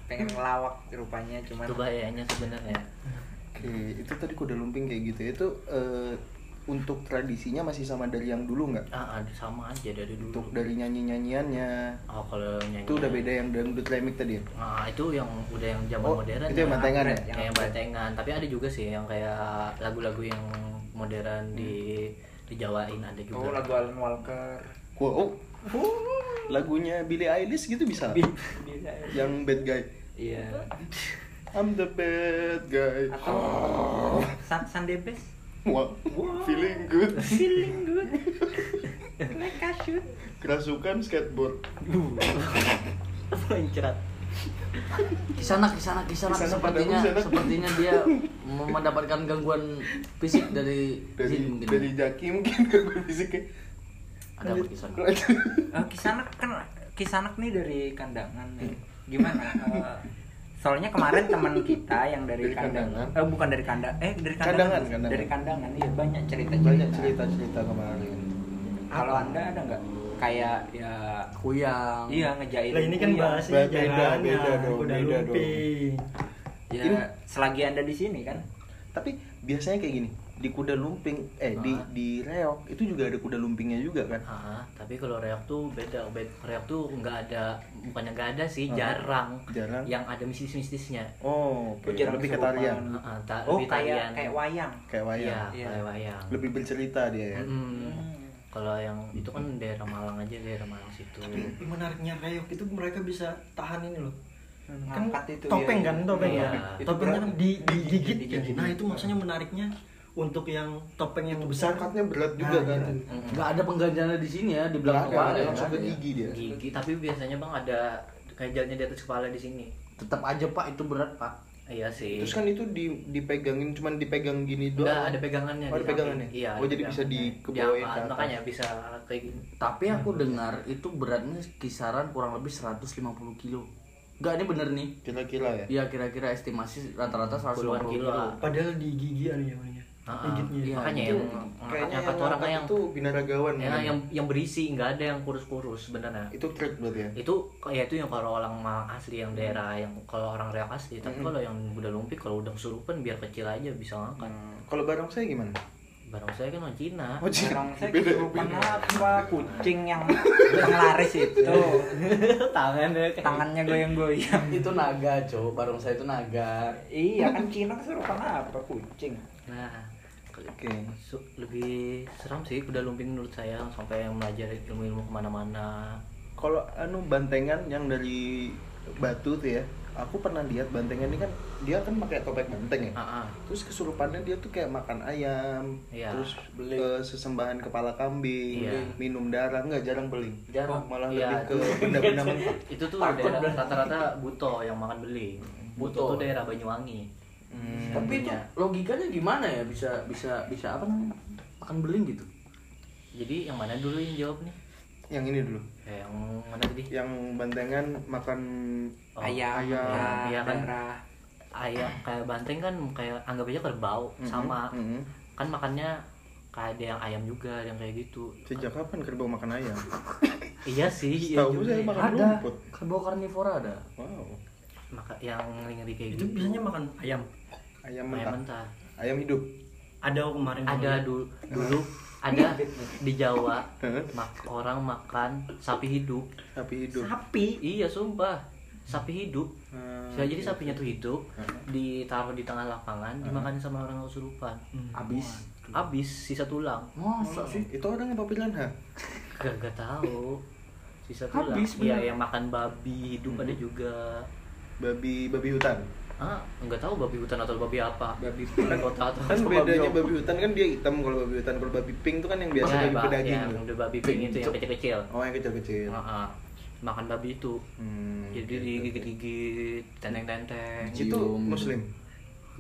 pengen ngelawak rupanya cuman Itu bahayanya sebenarnya. Oke, itu tadi kuda lumping kayak gitu. Itu eh, untuk tradisinya masih sama dari yang dulu nggak? Ah, ada sama aja dari dulu. Untuk dari nyanyi nyanyiannya Oh, kalau nyanyi. itu udah beda yang dangdut remix tadi. ya? Nah, itu yang udah yang zaman Oh, modern. itu yang ya. batengan ya? Kayak yang batengan, tapi ada juga sih yang kayak lagu-lagu yang modern di Hmm. di Jawain ada oh juga. lagu Alan Walker Wow, oh, lagunya Billie Eilish gitu bisa. yang bad guy. iya I'm the bad guy. atau Sun Sunday Best Wow, feeling good. feeling good like a shoot Kerasukan skateboard. Muncrat. Kisana, kisana, kisana, Kisana pada sepertinya, Kisana. sepertinya dia mem- mendapatkan gangguan fisik dari dari jin mungkin. dari jaki mungkin gangguan fisiknya Ada apa Kisana? Lanjut. Eh, kisanak kan kisanak nih dari kandangan nih. Gimana? Eh, soalnya kemarin teman kita yang dari, Dari kandangan, kandangan. eh bukan dari kandang, eh dari kandangan, Kandangan, kandangan. dari kandangan, iya banyak cerita banyak cerita cerita kemarin Kalau anda ada nggak kayak ya Kuyang. iya ngejailin Lah ini kan kuyang. bahasnya Beda, jalannya, beda dong, kuda beda dong. lumping. ya Ini- selagi anda di sini kan tapi biasanya kayak gini di kuda lumping eh di Ah. di reok itu juga ada kuda lumpingnya juga kan Ah, tapi kalau reok tuh beda. Be- Reok tuh nggak ada, bukannya nggak ada sih, Ah. jarang. Jarang. Yang ada mistis-mistisnya. oh oke. Oh, jarang lebih ke kesurupan. tarian Ah, ah, ta- oh lebih tarian. kayak kayak wayang kayak wayang Iya, Iya. kayak wayang. lebih bercerita dia ya Mm-mm. Hmm. Kalau yang itu kan daerah Malang aja, daerah Malang situ. Tapi menariknya reok itu mereka bisa tahan ini loh. Kan Ngangkat itu, topeng iya, kan, iya. topeng Iya. kan. Itu Topengnya berat. kan di- digigit. Digigit. kan. Nah, itu maksudnya menariknya untuk yang topeng yang besar angkatnya berat juga kan Nah, itu. Mm-mm. Nggak ada pengganjalnya di sini ya, di belakang belakang ada kepala ya. langsung ke nggak ada ya. gigi dia Gigi, tapi biasanya bang ada kayak jalannya di atas kepala di sini. Tetap aja Pak itu berat Pak. Iya sih. terus kan itu di dipegangin cuman dipegang gini doang Nggak, ada pegangannya. di oh, ada pegangannya samping. Iya. oh ada jadi bisa pegangannya. Dia- dikebawain ke atas. Hmm. Makanya bisa kayak gini. Tapi aku dengar itu beratnya kisaran kurang lebih 150 kilo. Enggak ini bener nih. kira-kira ya Iya kira-kira estimasi rata-rata 150 Puluhan kilo. kilo. padahal di gigi ada yang ininya. Ah, Gigitnya. iya. makanya Itu yang kayaknya angkatnya yang kata orang angkat yang itu binaragawan ya, namanya. yang yang berisi nggak ada yang kurus-kurus sebenarnya. itu trik berarti ya Itu kayak itu yang kalau orang Malang asli yang daerah yang kalau orang Riau asli, tapi Mm-mm. kalau yang udah lumpik kalau udah kesurupan biar kecil aja bisa ngangkat. Hmm, kalau barang saya gimana Barang saya kan orang Cina. Oh, Cina. Orang saya Beda. kesurupan apa kucing yang yang laris itu Tangannya tangannya goyang-goyang Itu naga, Cok. Barang saya itu naga. iya kan Cina kesurupan apa kucing Nah, Oke. su- lebih seram sih kuda lumping menurut saya sampai yang mempelajari ilmu-ilmu kemana-mana. kalau anu bantengan yang dari batu tuh ya aku pernah lihat bantengan ini kan dia kan pakai topeng banteng ya Ah, ah. terus kesurupannya dia tuh kayak makan ayam Iya. terus eh, sesembahan kepala kambing Iya. minum darah nggak jarang beling Jarang. malah Iya. lebih ke benda-benda mentah itu tuh Takut daerah berarti. rata-rata buto yang makan beling buto, Buto. tuh daerah Banyuwangi Tapi itu Iya. logikanya gimana ya bisa bisa bisa apa namanya? Makan beling gitu. jadi yang mana dulu yang jawab nih yang ini dulu Eh, yang mana tadi yang bantengan makan Oh, ayam ayam. ya, Iya kan? darah. ayam kayak banteng kan kayak anggap aja kerbau sama Mhm. kan makannya kayak ada yang ayam juga ada yang kayak gitu sejak kapan kerbau makan ayam iya sih iya Setahu juga saya ya. makan Ada. rumput Kerbau karnivora ada. wow Maka yang ngeri-ngeri kayak Itu gitu biasanya makan ayam. ayam ayam mentah mentah ayam hidup Ada kemarin. ada dulu dulu ada di Jawa mak- orang makan sapi hidup tapi hidup sapi iya sumpah sapi hidup Hmm, Saya Nah, jadi sapinya tuh hidup Hmm. ditaruh di tengah lapangan dimakan sama orang yang kesurupan Habis. habis sisa tulang Masa sih? itu orang apa pilihan gak, gak tahu sisa tulang Habis, iya bener. yang makan babi hidup ada juga babi babi hutan ah nggak tahu babi hutan atau babi apa Babi Kan kota atau kan bedanya babi hutan kan dia hitam kalau babi hutan kalau babi pink itu kan yang biasa Ya, babi Pak, pedaging yang tuh. udah babi pink itu yang kecil-kecil oh yang kecil kecil Ah, ah. makan babi itu Hmm, Iya, jadi oke, oke, oke. digigit-gigit tenteng-tenteng itu Cium. muslim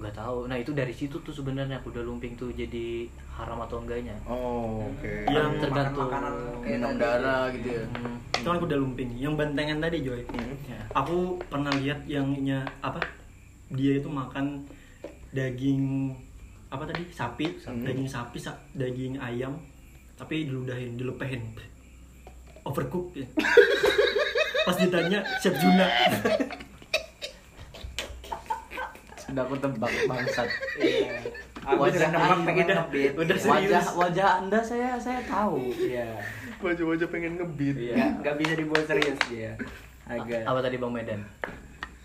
nggak tahu nah itu dari situ tuh sebenarnya kuda lumping tuh jadi haram atau enggaknya oh oke Iya. Yang Iya, Makan tergantung makanan kayak Minum tadi. darah gitu ya. Hmm. Itu kan kuda lumping. Yang bantengan tadi Joy. Ya. Aku pernah lihat yang nya apa? Dia itu makan daging apa tadi? Sapi, Hmm. daging sapi, sa- daging ayam, tapi diludahin, dilepehin. Overcook ya. Pas ditanya Chef Juna. Sudah aku tebak bangsat. Iya. Aku Wajah udah nembak ayam. pengen Udah, ngebit. udah Wajah wajah Anda saya saya tahu. Iya. wajah wajah pengen ngebit Iya. Nggak nggak bisa dibawa serius dia. Agak. apa tadi bang Medan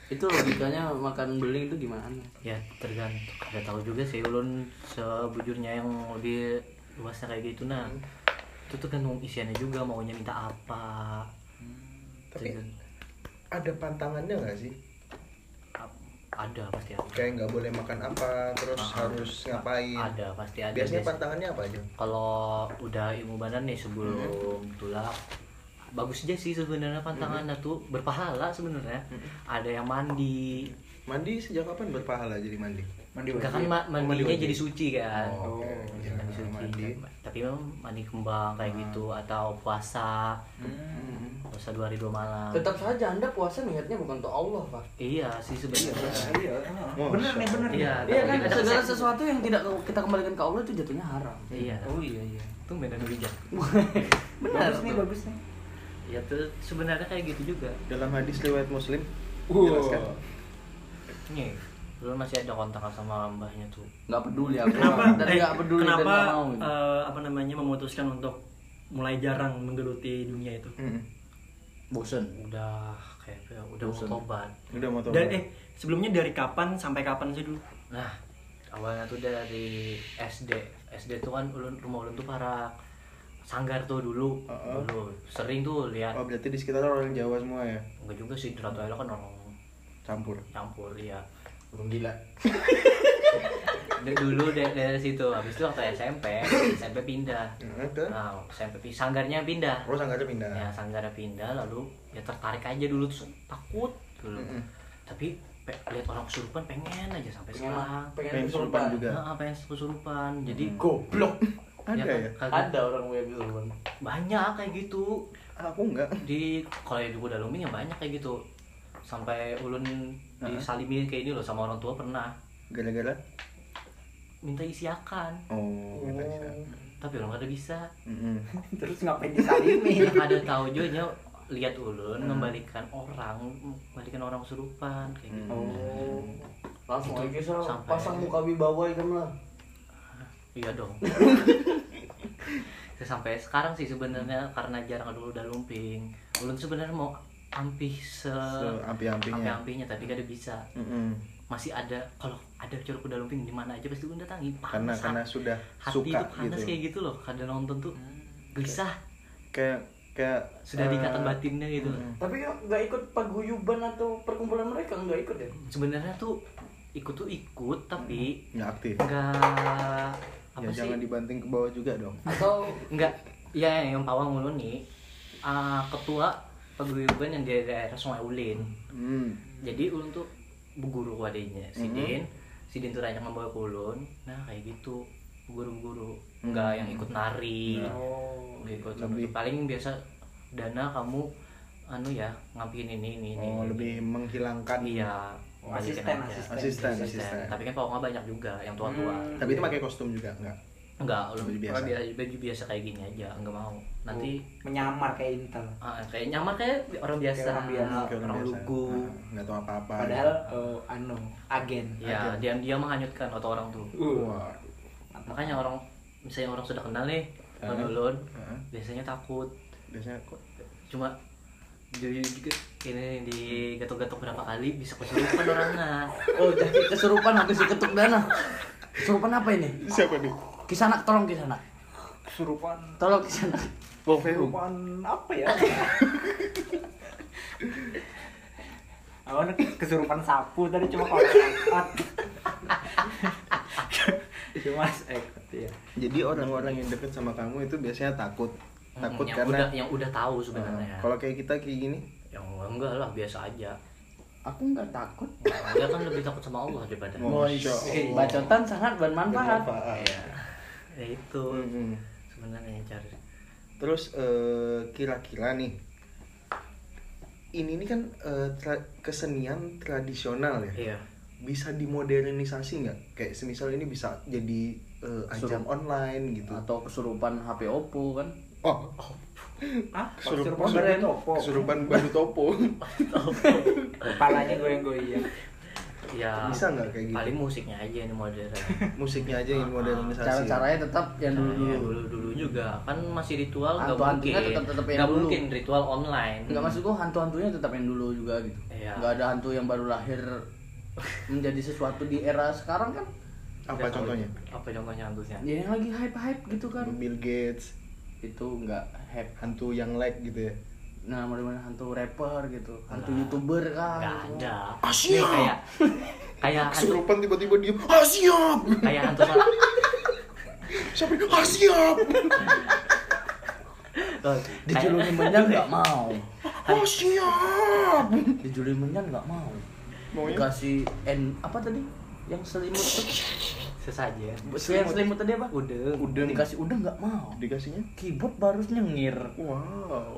Itu logikanya makan beling itu gimana? ya tergantung ada tahu juga sih ulun sebujurnya yang lebih luasnya kayak gitu nah itu tergantung isiannya juga maunya minta apa Hmm, tapi Tergan- ada pantangannya nggak sih ap- ada pasti ada kayak nggak boleh makan apa terus harus ngapain ada pasti ada biasanya Biasanya- pantangannya apa aja kalau udah ilmu badan nih sebelum tulak bagus aja sih sebenarnya pantangan tuh berpahala sebenarnya ada yang mandi Mandi sejak kapan berpahala jadi mandi? mandi Enggak kan wajib. ma- mandinya wajib. jadi suci kan Oh, oke. iya, Jadi suci. mandi. tapi memang mandi kembang kayak gitu atau puasa Hmm. puasa dua hari dua malam Ah. Tetap saja Anda puasa niatnya bukan untuk Allah, Pak. iya sih sebenarnya Iya, Wah, bener nih bener. nih. Iya, Oh, Iya kan Ada segala kesan- sesuatu yang tidak kita kembalikan ke Allah itu jatuhnya haram. iya Oh iya iya. itu medan bijak Benar. bagus nih tuh. bagus nih. ya tuh sebenarnya kayak gitu juga Dalam hadis riwayat Muslim Oh. Wow. dijelaskan. nih dulu masih ada kontak sama mbahnya tuh Nggak peduli aku. Kenapa? Dan eh, nggak peduli dan kenapa nggak mau. gitu. eh, apa namanya memutuskan untuk mulai jarang menggeluti dunia itu? Mm-mm. Bosen. udah kayak apa ya, udah mau Bosan. tobat Udah mau Dan tobat. eh sebelumnya dari kapan sampai kapan sih dulu? Nah, awalnya tuh dari SD. SD tuh kan ulun rumah ulun tuh para sanggar tuh dulu. Uh-uh. Dulu sering tuh lihat Oh, berarti di sekitar orang Jawa semua ya? enggak juga sih di Ratu Elo kan orang Campur. campur ya. Belum gila. D- dulu dari, dari situ habis itu waktu SMP, SMP pindah. Nah, ke Nah, SMP pin- sanggarnya pindah. Oh, sanggarnya pindah. Ya, sanggarnya pindah lalu ya tertarik aja dulu tuh takut dulu. Mm-mm. Tapi pe- lihat orang kesurupan pengen aja sampai Pengen sekarang. Pengen pengen kesurupan kesurupan. juga. Nah, pengen kesurupan. Jadi Goblok. Ada kan? ya? Kagak- Iya Ada orang yang gitu, kesurupan. banyak kayak gitu Ah, Aku enggak. di kalau di kuda lumping ya banyak kayak gitu sampai ulun disalimi kayak ini loh sama orang tua pernah Gara-gara. minta isiakan Oh, kata Isa. tapi ulun kada bisa Mm-mm. Terus ngapain Iya. disalimi? yang ada tahu juga nya lihat ulun ngembalikan orang ngembalikan orang kesurupan kayak gitu Oh. Langsung aja Sal. sampai- pasang muka wibawa ikan lah. iya dong Ya, sampai sekarang sih sebenarnya karena jarang dulu udah lumping ulun tuh sebenarnya mau ampih se, Seampi-ampinya. ampinya tapi kada bisa Mm-mm. masih ada kalau ada curug kuda lumping di mana aja pasti gue datangi Karena panas karena hati, sudah hati suka itu panas kayak gitu. gitu loh kada nonton tuh Hmm, gelisah Kayak kayak sudah eh, hmm. diikatan batinnya gitu Tapi ya nggak ikut paguyuban atau perkumpulan mereka nggak ikut ya? sebenarnya tuh ikut tuh ikut tapi nggak aktif. enggak apa Hmm. Ya, sih jangan dibanting ke bawah juga dong. Atau enggak ya yang pawang mulu nih ah, ketua paguyuban yang di daerah Sungai Ulin Hmm. jadi ulun tuh guru wadinya Mm-hmm. si Din si Din tuh banyak membawa ulun nah kayak gitu guru-guru enggak yang ikut nari Oh. ikut Mm-hmm. Nah, Lebih- paling biasa dana kamu anu ya ngapain ini ini ini Oh, ini. lebih menghilangkan iya Oh, balikin asisten, aja. asisten. asisten, Asisten. asisten. tapi kan pokoknya banyak juga yang tua tua Hmm. Tapi itu pakai kostum juga enggak? enggak lu Baju baju biasa. Oh. biasa. baju biasa kayak gini aja enggak mau nanti menyamar kayak Intel. ah, kayak nyamar kayak orang biasa Kayak orang biasa. Ah, orang, lugu Enggak Ah, tahu apa-apa. Padahal eh, anu agen. ya dia dia menghanyutkan otak orang tuh Uh. Wah. makanya orang misalnya orang sudah kenal nih menulun Heeh. biasanya takut Biasanya kok cuma di, di, ini digetok-getok berapa kali bisa kesulitan orangnya oh jadi kesurupan habis diketuk dana. Kesurupan apa ini? siapa nih? Kisanak tolong kisanak. Kesurupan. Tolong kisanak. Oh, Wong Fei-hung. Kesurupan apa ya? Awalnya kesurupan sapu tadi cuma kalau ekot. cuma ekot iya. ya. Jadi orang-orang yang deket sama kamu itu biasanya takut. Takut Hmm, yang karena udah yang udah tahu sebenarnya Eh, kalau kayak kita kayak gini yang enggak lah biasa aja Aku nggak takut. dia kan lebih takut sama Allah daripada iya, Masya Allah. Bacotan sangat bermanfaat. Bermanfaat. ya itu Mm-mm. sebenarnya yang cari Terus eh, kira-kira nih ini nih kan eh, tra- kesenian tradisional ya. iya Bisa dimodernisasi nggak? Kayak semisal ini bisa jadi eh, ajang online gitu. Ah. Atau kesurupan HP Oppo kan? Oh, Hah? kesurupan Kesurupan dari topo. Kesurupan baru topo. Kepalanya goyang-goyang. ya Bisa nggak kayak gitu? paling musiknya aja yang modern Musiknya aja Ah, yang Iya. modernisasi. ya. Cara-caranya tetap yang dulu dulu. dulu dulu juga kan masih ritual nggak Hantu-hantunya mungkin tetep-tetep yang nggak dulu. mungkin ritual online Enggak maksud gua hantu-hantunya tetap yang dulu juga gitu. Iya. Enggak ada hantu yang baru lahir menjadi sesuatu di era sekarang kan. Apa Nggak tahu. contohnya? apa contohnya hantunya Ya yang lagi hype-hype gitu kan. Bill Gates, Itu enggak hype. hantu yang lag gitu ya. Nah, mana-mana hantu rapper gitu, hantu YouTuber Nah. kan. nggak gitu. ada Ini Ah, siap. kayak kayak hantu Kesurupan tiba-tiba diem. Ah siap. kayak hantu salah Siapa? ini? Ah siap. Dijulukin menyan nggak mau. Oh siap. Dijulukin menyan nggak mau. Maunya? Dikasih en apa tadi? Yang selimut tuh. sesajen Yang selimut tadi apa? udeng Udeng. Dikasih udeng nggak mau. Dikasihnya? Keyboard baru nyengir. Wow.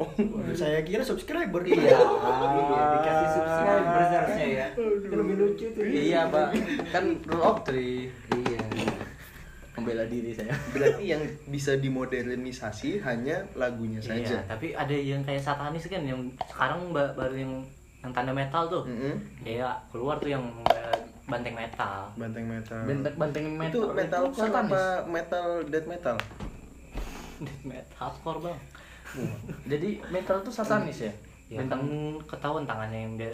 Saya kira subscriber Iya. Ah. dikasih subscriber seharusnya ya Aduh. lebih lucu tuh Iya, Pak. Kan rule of three. iya Membela diri saya. Berarti yang bisa dimodernisasi hanya lagunya iya saja. tapi ada yang kayak satanis kan yang sekarang ba- baru yang yang tanda metal tuh Mm-mm. kayak keluar tuh yang eh, banteng metal Banteng metal. Benteng banteng metal. itu metal itu core satanis. apa metal death metal? death metal hardcore bang Jadi metal tuh satanis ya. ya kan Bintang ketahuan tangannya yang dia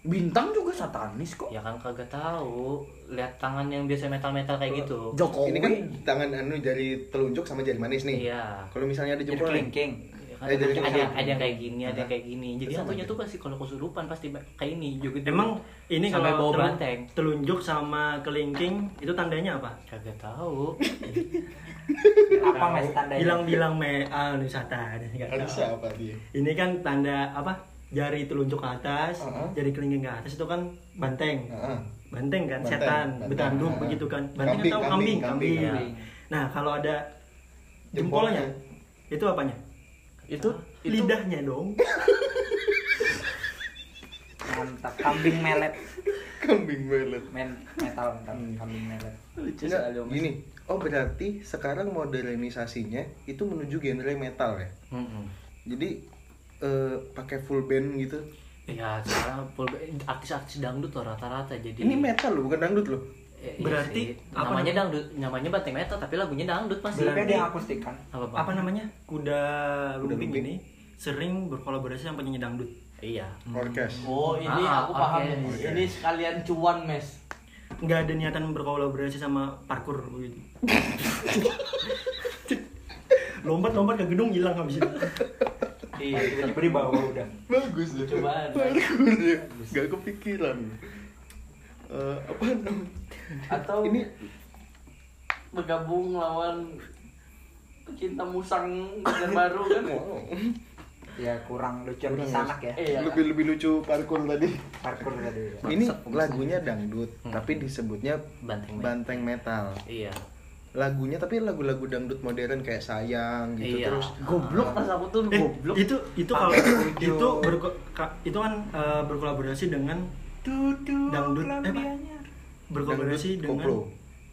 bintang juga satanis kok. ya kan kagak tahu lihat tangan yang biasa metal metal kayak Oh, gitu Jokowi. Ini kan tangan anu jari telunjuk sama jari manis nih. iya Kalau misalnya ada Jadi jempol nih. kelingking. Ya kan, Eh, jadi Nah, ada, kayak- ada yang kayak gini, ada yang kayak gini. Jadi Sama satunya aja. tuh pasti kalau kesurupan pasti kayak ini juga. Emang ini Sampai kalau bawa telun- banteng. telunjuk sama kelingking itu tandanya apa? kagak tahu. Apa mas tandanya? Bilang-bilang me ah, ini satan. nggak Ada tahu. siapa dia? Ini kan tanda apa? Jari telunjuk ke atas, Uh-huh. jari kelingking ke atas itu kan banteng. Iya. Heeh. Banteng kan, Banteng, setan, banteng. betandung Uh-huh. begitu kan. Banteng Kambing, kan tahu kambing, kambing, kambing. kambing, kambing. Nah, kalau ada Jempolnya. jempolnya, itu apanya? itu itu Lidahnya dong. Mantap. Kambing melet. Kambing melet. Men metal mantap. Kambing melet. lucu Enggak, sekali, Om. gini. Oh berarti sekarang modernisasinya itu menuju genre metal ya? Mm-mm. Jadi eh, pakai full band gitu. Ya sekarang full band- artis-artis dangdut loh rata-rata jadi. Ini metal loh, bukan dangdut loh. Eh, iya Berarti sih. namanya apa namanya? dangdut, namanya banteng metal tapi lagunya dangdut masih. Tapi ada yang akustik kan? apa, Bang? Apa namanya? Kuda lumping lumping. ini sering berkolaborasi sama penyanyi dangdut. Iya. Orkes. Oh ini Ah, aku oke. paham ini. Ini sekalian cuan mes. Nggak ada niatan berkolaborasi sama parkur begitu. Lompat-lompat ke gedung hilang habis itu. Iya. Tiba-tiba di bawah udah. Bagus ya. Cobaan. Bagus ya. Gak kepikiran. Eh, apa namanya? Atau Ini- ini bergabung lawan pecinta musang Banjar baru kan? Wow. Ya kurang lucu di sanak ya. Iya. Lebih lebih lucu parkour tadi. Parkur tadi. ya. Ini lagunya dangdut, Hmm. tapi disebutnya Banteng metal. banteng metal. Iya. Lagunya tapi lagu-lagu dangdut modern kayak sayang gitu Iya. terus. Goblok tas aku tuh Eh, goblok. itu itu kalau itu berko- ka- itu kan eh, berkolaborasi dengan Duduk Dangdut, eh, apa? lampianya. berkolaborasi Dangdut dengan koplo.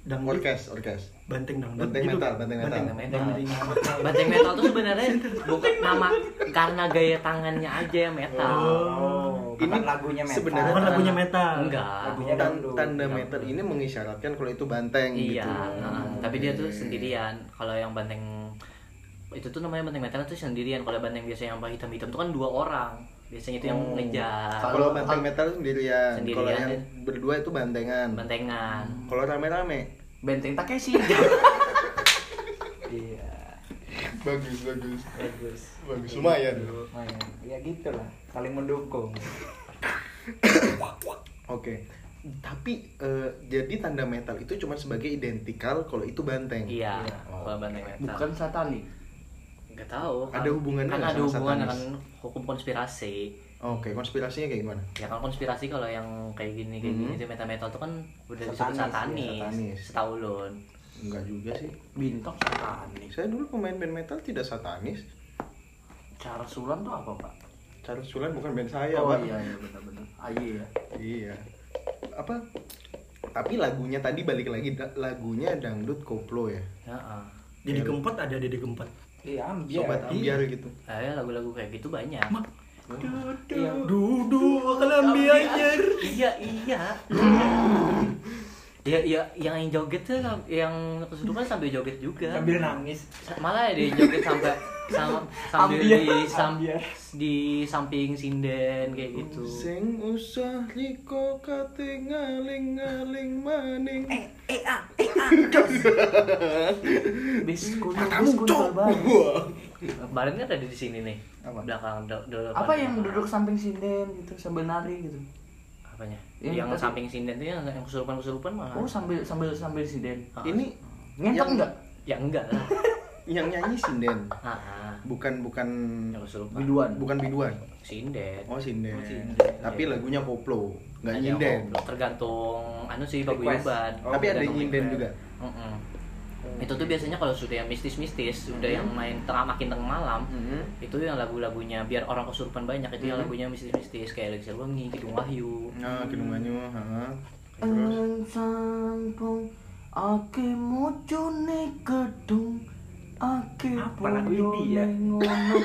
dangdut Orkes, orkes. banteng dangdut Banteng gitu. metal, banteng metal. Nah. Banteng metal. Banteng metal tuh sebenarnya bukan nama karena gaya tangannya aja yang metal. Oh, bukan Ini lagunya metal. sebenarnya- Bukan kan lagunya metal. Enggak. Lagunya Tan- dangdut. tanda Dangdut. metal ini mengisyaratkan kalau itu banteng Iya, gitu. nah, tapi dia tuh sendirian. Kalau yang banteng itu tuh namanya banteng metal itu sendirian. Kalau banteng biasa yang hitam-hitam itu kan dua orang. Biasanya itu yang Oh. ngejar Kalau banteng metal sendirian, Sendirian kalau yang ya. berdua itu bantengan. bantengan. Kalau rame-rame Benteng Takeshi. Iya. bagus bagus Bagus. bagus lumayan. Lumayan. Ya gitu lah. Saling mendukung. Oke. Tapi eh, jadi tanda metal itu cuma sebagai identikal kalau itu banteng. Iya, Iya. kalau banteng metal. Bukan satanik. Nggak tahu. kan- Ada hubungannya kan nggak ada sama hubungan satanis? kan hukum konspirasi. Oke, konspirasinya kayak gimana? Ya kan konspirasi kalau yang kayak gini kayak Mhm. gini itu metal-metal itu kan udah disebut Satanis, satanis, ya, satanis. setahun. Enggak juga sih. Bintang satanis. Saya dulu pemain band metal tidak satanis. Cara sulan tuh apa, Pak? Charles Sulan bukan band saya, oh Pak. iya iya benar-benar. Aye ya. Iya. Apa? Tapi lagunya tadi balik lagi da- lagunya dangdut koplo ya. Heeh. Jadi kempot ada Dede Kempot. Iya, ambiar. Sobat ambiar gitu. Eh, lagu-lagu kayak gitu banyak. Iya. Duduk kelambiannya. iya iya ya ya yang yang joget tuh yang kesurupan sambil joget juga Sambil nangis. malah ya dia joget sampai sam, sambil Ambiar, di sam, ambiar. di samping sinden kayak gitu Sing usah liko katingaling ngaling maning. Eh, ah. Biskul, Matamu biskul cok. baru. Wah. kemarin kan ada di sini nih Apa? belakang do, do- Apa depan- yang duduk samping sinden gitu sambil nari gitu? apanya Yang yang, tadi. samping sinden tuh yang, yang kesurupan kesurupan mah Oh sambil sambil sambil sinden. Ah, Ini Ngentot Yang- enggak? ya enggak lah yang nyanyi sinden Ah, ah. bukan bukan Ya, aku lupa. biduan bukan biduan Sinden. oh sinden, Oh, sinden. tapi lagunya koplo nggak Ada nyinden koplo, tergantung anu sih Request. paguyuban. Oh, tapi ada yang Tergantung nyinden request. juga Mm-mm. Itu tuh biasanya kalau sudah yang mistis-mistis, udah yang main tengah makin tengah malam, Mhm. Hmm. itu yang lagu-lagunya biar orang kesurupan banyak itu yang Mhm. lagunya mistis-mistis kayak Lexer Wangi, Kidung Wahyu. nah kidungannya ha. terus Ensampung Ake mojone gedung Ake Apa lagu ini ya? boyone ngono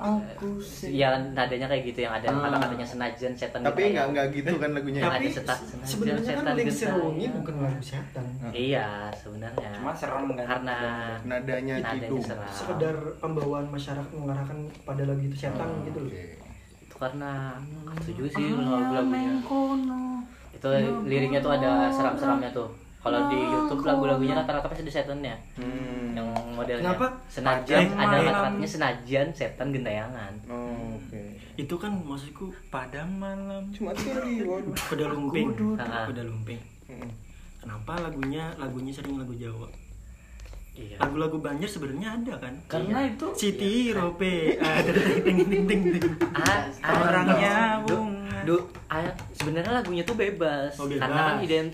Aku sing Ya nadanya kayak gitu yang ada Ah. kata-katanya senajan setan tapi ditayang. nggak nggak gitu kan lagunya Tapi- Ada setan. Iya. setan- sebenarnya setan kan Lengser getah, Wongi ya. bukan lagu setan Iya, sebenarnya. Cuma serem kan? karena nadanya nadanya kidung seram. sekedar pembawaan masyarakat mengarahkan pada lagu itu setan Nah. gitu loh Oke. itu karena itu juga sih Oh, iya, lagu-lagunya. Itu liriknya tuh ada seram-seramnya tuh. Kalau di YouTube lagu-lagunya rata-rata pasti ada setannya. Hmm. Yang modelnya Kenapa? senajan Padang ada malam. kata-katanya senajan setan gentayangan. Oh, oke itu kan maksudku Pada malam cuma tadi waduh kuda lumping Ah. kuda lumping Hmm. Mm-mm. kenapa lagunya lagunya sering lagu Jawa Iya. lagu-lagu Banjar sebenarnya ada kan Ya. Karena Iya. Iya. itu Siti Rope Ah, ting, ting, ting, ting. Ah, ah, gitu. Orangnya du- bunga. du- ah, sebenarnya lagunya tuh bebas, Oh, bebas. karena kan ident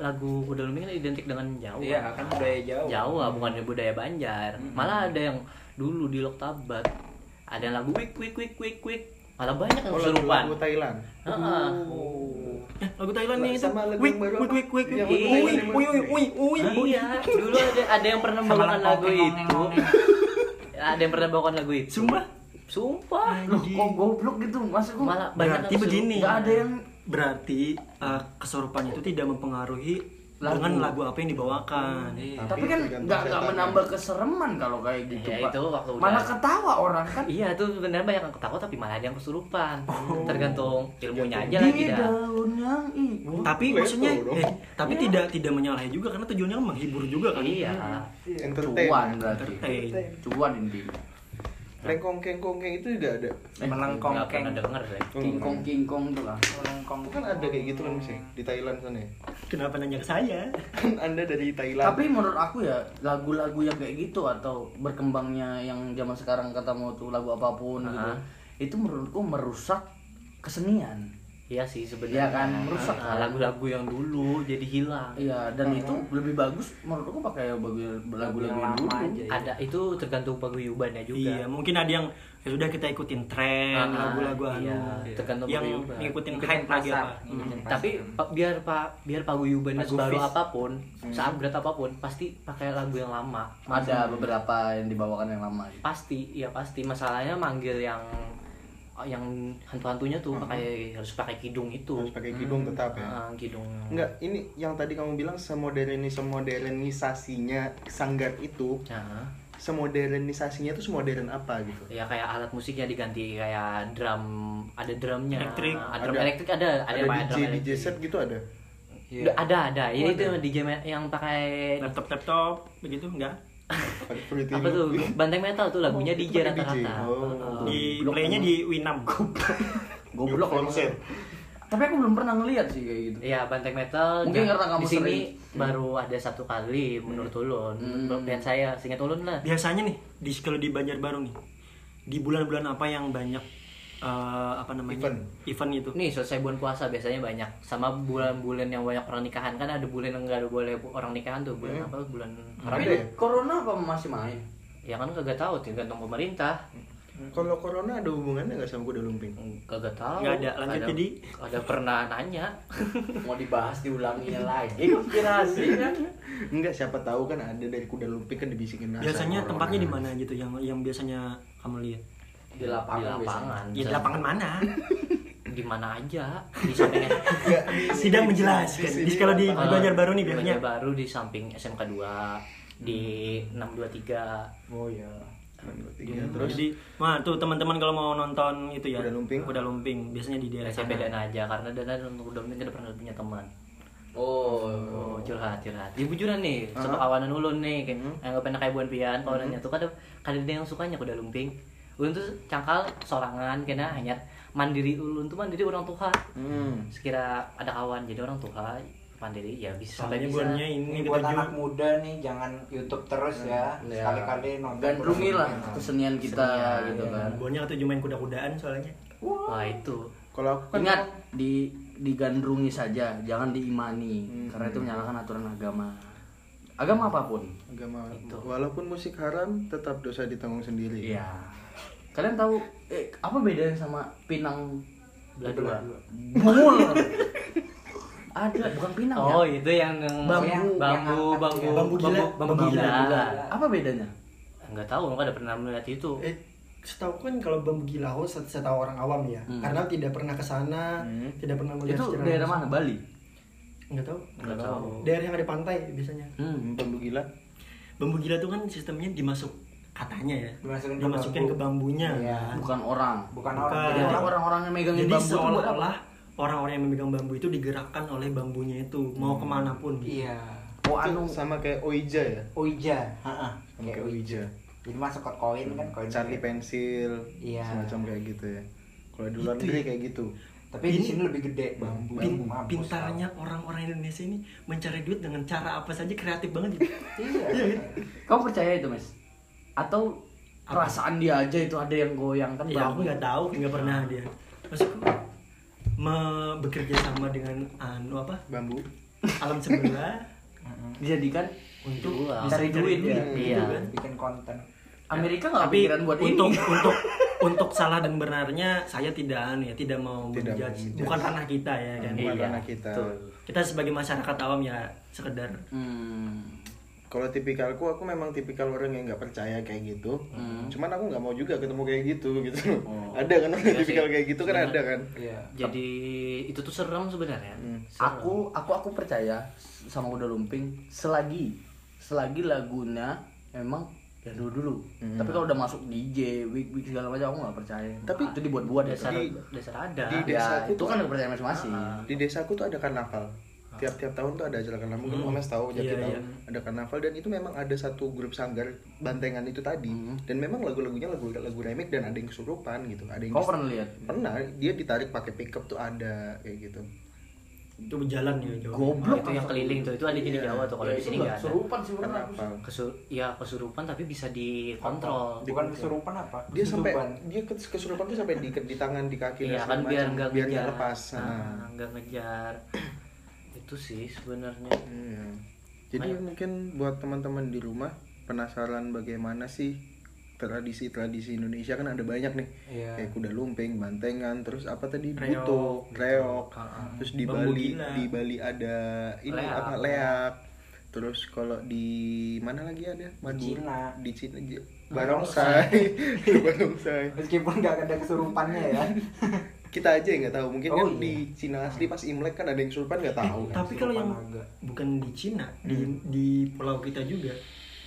lagu kuda lumping kan identik dengan Jawa. Iya kan budaya Jawa Jawa bukan budaya Banjar. Malah ada yang dulu di Loktabat ada yang lagu wik wik wik wik wik malah banyak yang oh lagu, kesurupan. lagu Thailand Heeh. Eh, lagu Thailand nih itu Sama lagu wik yang baru wik apa? wik wik wik Yang ui lagu ui Thailand ui yang baru. ui ui ui Iya, dulu ada ada yang pernah Sama membawakan lagu lengkong, itu. lengkong, Ada yang pernah membawakan lagu itu. sumpah Sumpah. Loh kok goblok gitu Maksudku Malah banyak berarti yang kesurupan. begini Nggak ada yang- berarti eh, kesurupan itu tidak mempengaruhi Lagu. dengan lagu apa yang dibawakan Tapi kan tergantung nggak nggak setan. menambah kesereman kalau kayak gitu Ya, Pak itu waktu udah- Malah ketawa orang kan Iya tuh sebenarnya banyak yang ketawa tapi malah ada yang kesurupan. Tergantung ilmunya aja Ya lagi iya. Di dah. daun yang ibu tapi Leto maksudnya dong. eh, tapi Iya. tidak tidak menyalahi juga karena tujuannya kan menghibur juga kan Eh, Iya. entertain ya. Cuan berarti entertain Cuan intinya Lengkong kengkong keng itu juga ada. Melengkong Nggak keng pernah denger deh. Kingkong kingkong tuh ah. lah Melengkong Kan ada kayak gitu kan misalnya di Thailand sana ya. kenapa nanya ke saya Kan Anda dari Thailand. Tapi menurut aku ya lagu-lagu yang kayak gitu atau berkembangnya yang zaman sekarang kata mau tuh lagu apapun gitu, itu menurutku merusak kesenian. Iya sih sebenarnya Iya kan, merusak Ah, kan. lagu-lagu yang dulu jadi hilang. Iya, dan itu lebih bagus menurutku pakai bagu- lagu-lagu yang dulu. lama aja ya. Ada itu tergantung paguyubannya juga. iya mungkin ada yang ya sudah kita ikutin tren Ah, lagu-lagu iya. anu Tergantung yang paguyuban. ngikutin Ikutin hype lagi pasar. apa Hmm. Mm. Tapi pa- biar pak biar paguyubannya Lagu sebaru Fis. apapun, seupgrade apapun, pasti pakai lagu yang lama. Hmm. Ada beberapa yang dibawakan yang lama. gitu. Pasti, iya pasti. Masalahnya manggil yang yang hantu-hantunya tuh pakai harus pakai kidung itu. harus pakai kidung tetap ya. Ah, Hmm. kidung. Enggak, ini yang tadi kamu bilang semodernis semodernisasinya sanggar itu, Nah, semodernisasinya itu semodern apa gitu. ya kayak alat musiknya diganti kayak drum, ada drumnya. Elektrik. Ah, drum Ada. elektrik ada, ada, Ada, yang pakai DJ drum DJ elektrik. set Oh, gitu ada. Udah Ada ada. Ini tuh DJ me- yang pakai Hmm. laptop laptop begitu enggak Pakai Fruity apa tuh Loop. gitu. banteng metal tuh lagunya Oh, DJ pakai DJ. rata-rata. Oh. Heeh. di Blok playnya di Winamp Goblok Blok emang. konser. Tapi aku belum pernah ngeliat sih kayak gitu. Iya, banteng metal. Mungkin ja- karena kamu di sini sering. baru ada satu kali menurut ulun. Hmm. Menurut Band saya, singkat ulun lah. biasanya nih di kalau di Banjarbaru nih di bulan-bulan apa yang banyak eh, apa namanya gitu. Event. itu Nih selesai bulan puasa biasanya banyak. Sama bulan-bulan yang banyak orang nikahan kan ada bulan yang nggak ada boleh orang nikahan tuh Hmm. bulan apa bulan haram. Ada Tapi ya? corona apa masih main? Ya kan kagak tahu, tergantung pemerintah. Hmm. Kalau corona ada hubungannya nggak sama kuda lumping? Hmm, Kagak tahu. Nggak ada, lanjut jadi. Ada pernah nanya. Mau dibahas diulanginya lagi konspirasi kan? Enggak, siapa tahu kan ada dari kuda lumping kan dibisikin "Ah, biasanya sama tempatnya di corona." mana gitu yang yang biasanya kamu lihat Di lapangan. di lapangan. ya di lapangan mana Di mana aja. Di samping Enggak, di- tidak di- menjelaskan sini di kalau di, di lapangan. Banjarbaru Ah, nih Di biasanya Banjarbaru di samping SMK 2 di 623 Oh iya Iya, Tiga, terus terus Hmm, jadi wah tuh teman-teman kalau mau nonton itu ya Kuda lumping. kuda lumping biasanya di daerah SMP sana dana aja karena dana untuk udah mungkin udah pernah punya teman Oh, oh curhat curhat Hmm. ya bujuran nih sama kawanan ulun nih kayak nggak pernah kayak buan pian kawanannya tuh kadang kadang ada yang sukanya kuda lumping ulun tuh cangkal sorangan kena hanya mandiri ulun tuh mandiri orang tua Hmm. sekira ada kawan jadi orang tua pandai ya bisa Soalnya bisa. buannya ini Ini kita buat anak juga muda nih jangan YouTube terus ya. Ya. Sekali-kali nonton. Gandrungi lah Nah. kesenian kita Kesenian, gitu iya. kan. buannya atau cuma Hmm, main kuda-kudaan soalnya. wah itu Kalau aku kan Ingat di digandrungi saja, jangan diimani Hmm. karena itu menyalahkan aturan agama. Agama apapun. agama Itu. walaupun musik haram tetap dosa ditanggung sendiri. Iya. Kalian tahu eh, apa bedanya sama pinang belah dua? Bungul. Ada bukan pinang oh ya? itu yang yang- Bambu. yang bambu Yang- bambu yang- bambu gila. bambu Bambu gila. gila. Apa bedanya? nggak tahu nggak ada pernah melihat itu Eh, setahu kan kalau bambu gilao set- setahu orang awam ya Hmm. karena tidak pernah ke sana Hmm. tidak pernah melihat Itu secara daerah langsung. mana? Bali. nggak tahu nggak tahu daerah yang ada pantai biasanya Hmm. Bambu gila. bambu gila tuh kan sistemnya dimasuk katanya ya. Dimasukin ke Dimasukin bambu. ke bambunya. Iya. kan. Bukan orang. Bukan Bukan. orang. Jadi Jadi orang- orang-orang yang megangin Jadi bambu itu buat apa? seolah-olah orang-orang yang memegang bambu itu digerakkan oleh bambunya itu mau kemanapun. gitu. Iya. Oh anu Itu sama kayak Oija ya. Oija. Ha-ha. Sama kayak Kayak Oija. Oija. Jadi masuk ke koin kan koin. Charlie pensil. Iya. Semacam kayak gitu ya. Kalau di luar Gitu negeri ya. kayak gitu. Tapi di Ini- sini lebih gede bambu. Pin- Mampus, pintarnya orang-orang Indonesia ini mencari duit dengan cara apa saja kreatif banget. gitu. tau. Iya. Kamu percaya itu, Mas? Atau Apa? perasaan dia aja itu ada yang goyang kan ya aku bambu. nggak tahu, nggak pernah dia. Maksudku me- bekerja sama dengan anu apa Bambu. alam sebelah Dijadikan Ya, untuk Jual. bisa Cari mencari duit ya? gitu Iya. kan. Bikin konten. Amerika nggak Tapi pikiran buat untuk ini. untuk untuk salah dan benarnya saya tidak anu ya tidak mau Tidak menjudge. menjudge. bukan ranah kita ya kan. Bukan Iya, ranah kita. betul. Kita sebagai masyarakat awam ya sekedar Hmm. Kalau tipikalku, aku memang tipikal orang yang nggak percaya kayak gitu. Hmm. Cuman aku nggak mau juga ketemu kayak gitu gitu. Oh. Ada kan orang Iya tipikal sih. kayak gitu kan Sebenarnya. ada kan. Iya. jadi itu tuh serem sebenarnya Hmm. Serem. aku aku aku percaya sama kuda lumping selagi selagi lagunya memang ya dulu dulu Hmm. tapi kalau udah masuk DJ wig wig segala macam aku nggak percaya Tapi itu dibuat buat ya dasar kan Di- dasar ada di ya desa aku itu tuh- Ah, kan kepercayaan masing-masing Di desaku tuh ada karnaval. Tiap-tiap tahun tuh ada acara karnaval. Hmm. Mungkin Mas tahu, jadi Iya, tahu. iya. Ada karnaval dan itu memang ada satu grup sanggar bantengan itu tadi. Hmm. Dan memang lagu-lagunya lagu-lagu remake dan ada yang kesurupan gitu. Ada yang kau pernah lihat pernah dia ditarik pakai pickup tuh ada kayak gitu. itu berjalan ya jauh. Nah, goblok itu yang keliling tuh itu ada di Jawa tuh Iya, Ya, kalau di sini nggak ada serupan sih pernah aku Karnaval. Kesur ya kesurupan tapi bisa dikontrol Bukan kesurupan apa? Dia sampai Kesurupan. dia kes- kesurupan tuh sampai di, di tangan, di kaki Iya kan dan segala biar macam. nggak biar ngejar. nggak lepas. Nah. Ah, nggak ngejar itu sih sebenarnya Iya. Nah, Jadi ya. mungkin buat teman-teman di rumah penasaran bagaimana sih tradisi-tradisi Indonesia kan ada banyak nih. Iya. Kayak kuda lumping, bantengan, terus apa tadi Gitu. gitu. buto, reok. Terus di Bambu Bali gila. di Bali ada ini Leak. apa leak. Terus kalau di mana lagi ada? Madura. Cina. Di Cina. J- Barongsai. Barongsai. Meskipun nggak ada kesurupannya ya. Kita aja yang nggak tahu. Mungkin Oh, kan iya. di Cina asli pas Imlek kan ada yang surpan nggak tahu. kan? Tapi kalau yang Kesurupan naga. bukan di Cina, di di pulau kita juga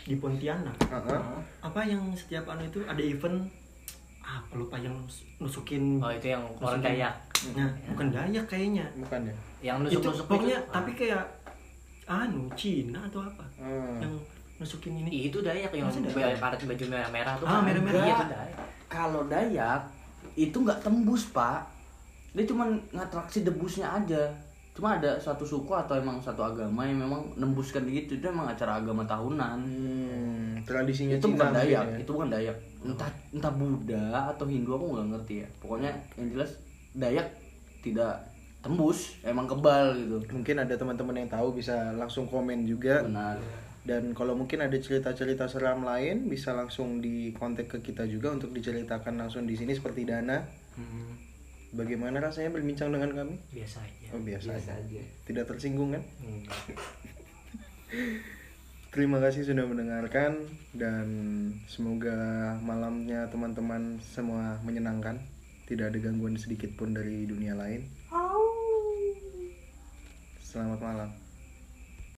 di Pontianak. Heeh. Apa yang setiap anu itu ada event ah, apa lupa yang nus- nusukin oh itu yang orang Maksudnya- Dayak Nah, bukan Dayak kayaknya. Bukan ya? yang itu nusuk-nusuk pokoknya Ah. tapi kayak anu Cina atau apa? Hmm. Yang nusukin ini. Ih, itu Dayak yang Masih pakai karet baju merah-merah tuh Ah, kan. merah-merah. Iya, itu Dayak. kalau Dayak itu nggak tembus pak dia cuma ngatraksi debusnya aja cuma ada satu suku atau emang satu agama yang memang nembuskan gitu itu emang acara agama tahunan Hmm, tradisinya itu Cina bukan mungkin Dayak ya. itu bukan Dayak kan gitu entah entah Buddha atau Hindu aku nggak ngerti ya pokoknya yang jelas Dayak tidak tembus emang kebal gitu ya. Mungkin ada teman-teman yang tahu bisa langsung komen juga. benar Dan kalau mungkin ada cerita-cerita seram lain bisa langsung di kontak ke kita juga untuk diceritakan langsung di sini seperti Dana. Hmm. Bagaimana rasanya berbincang dengan kami? biasa aja. Oh, biasa, Biasa aja. aja. Tidak tersinggung kan? Hmm. Terima kasih sudah mendengarkan dan semoga malamnya teman-teman semua menyenangkan. Tidak ada gangguan sedikit pun dari dunia lain. Selamat malam.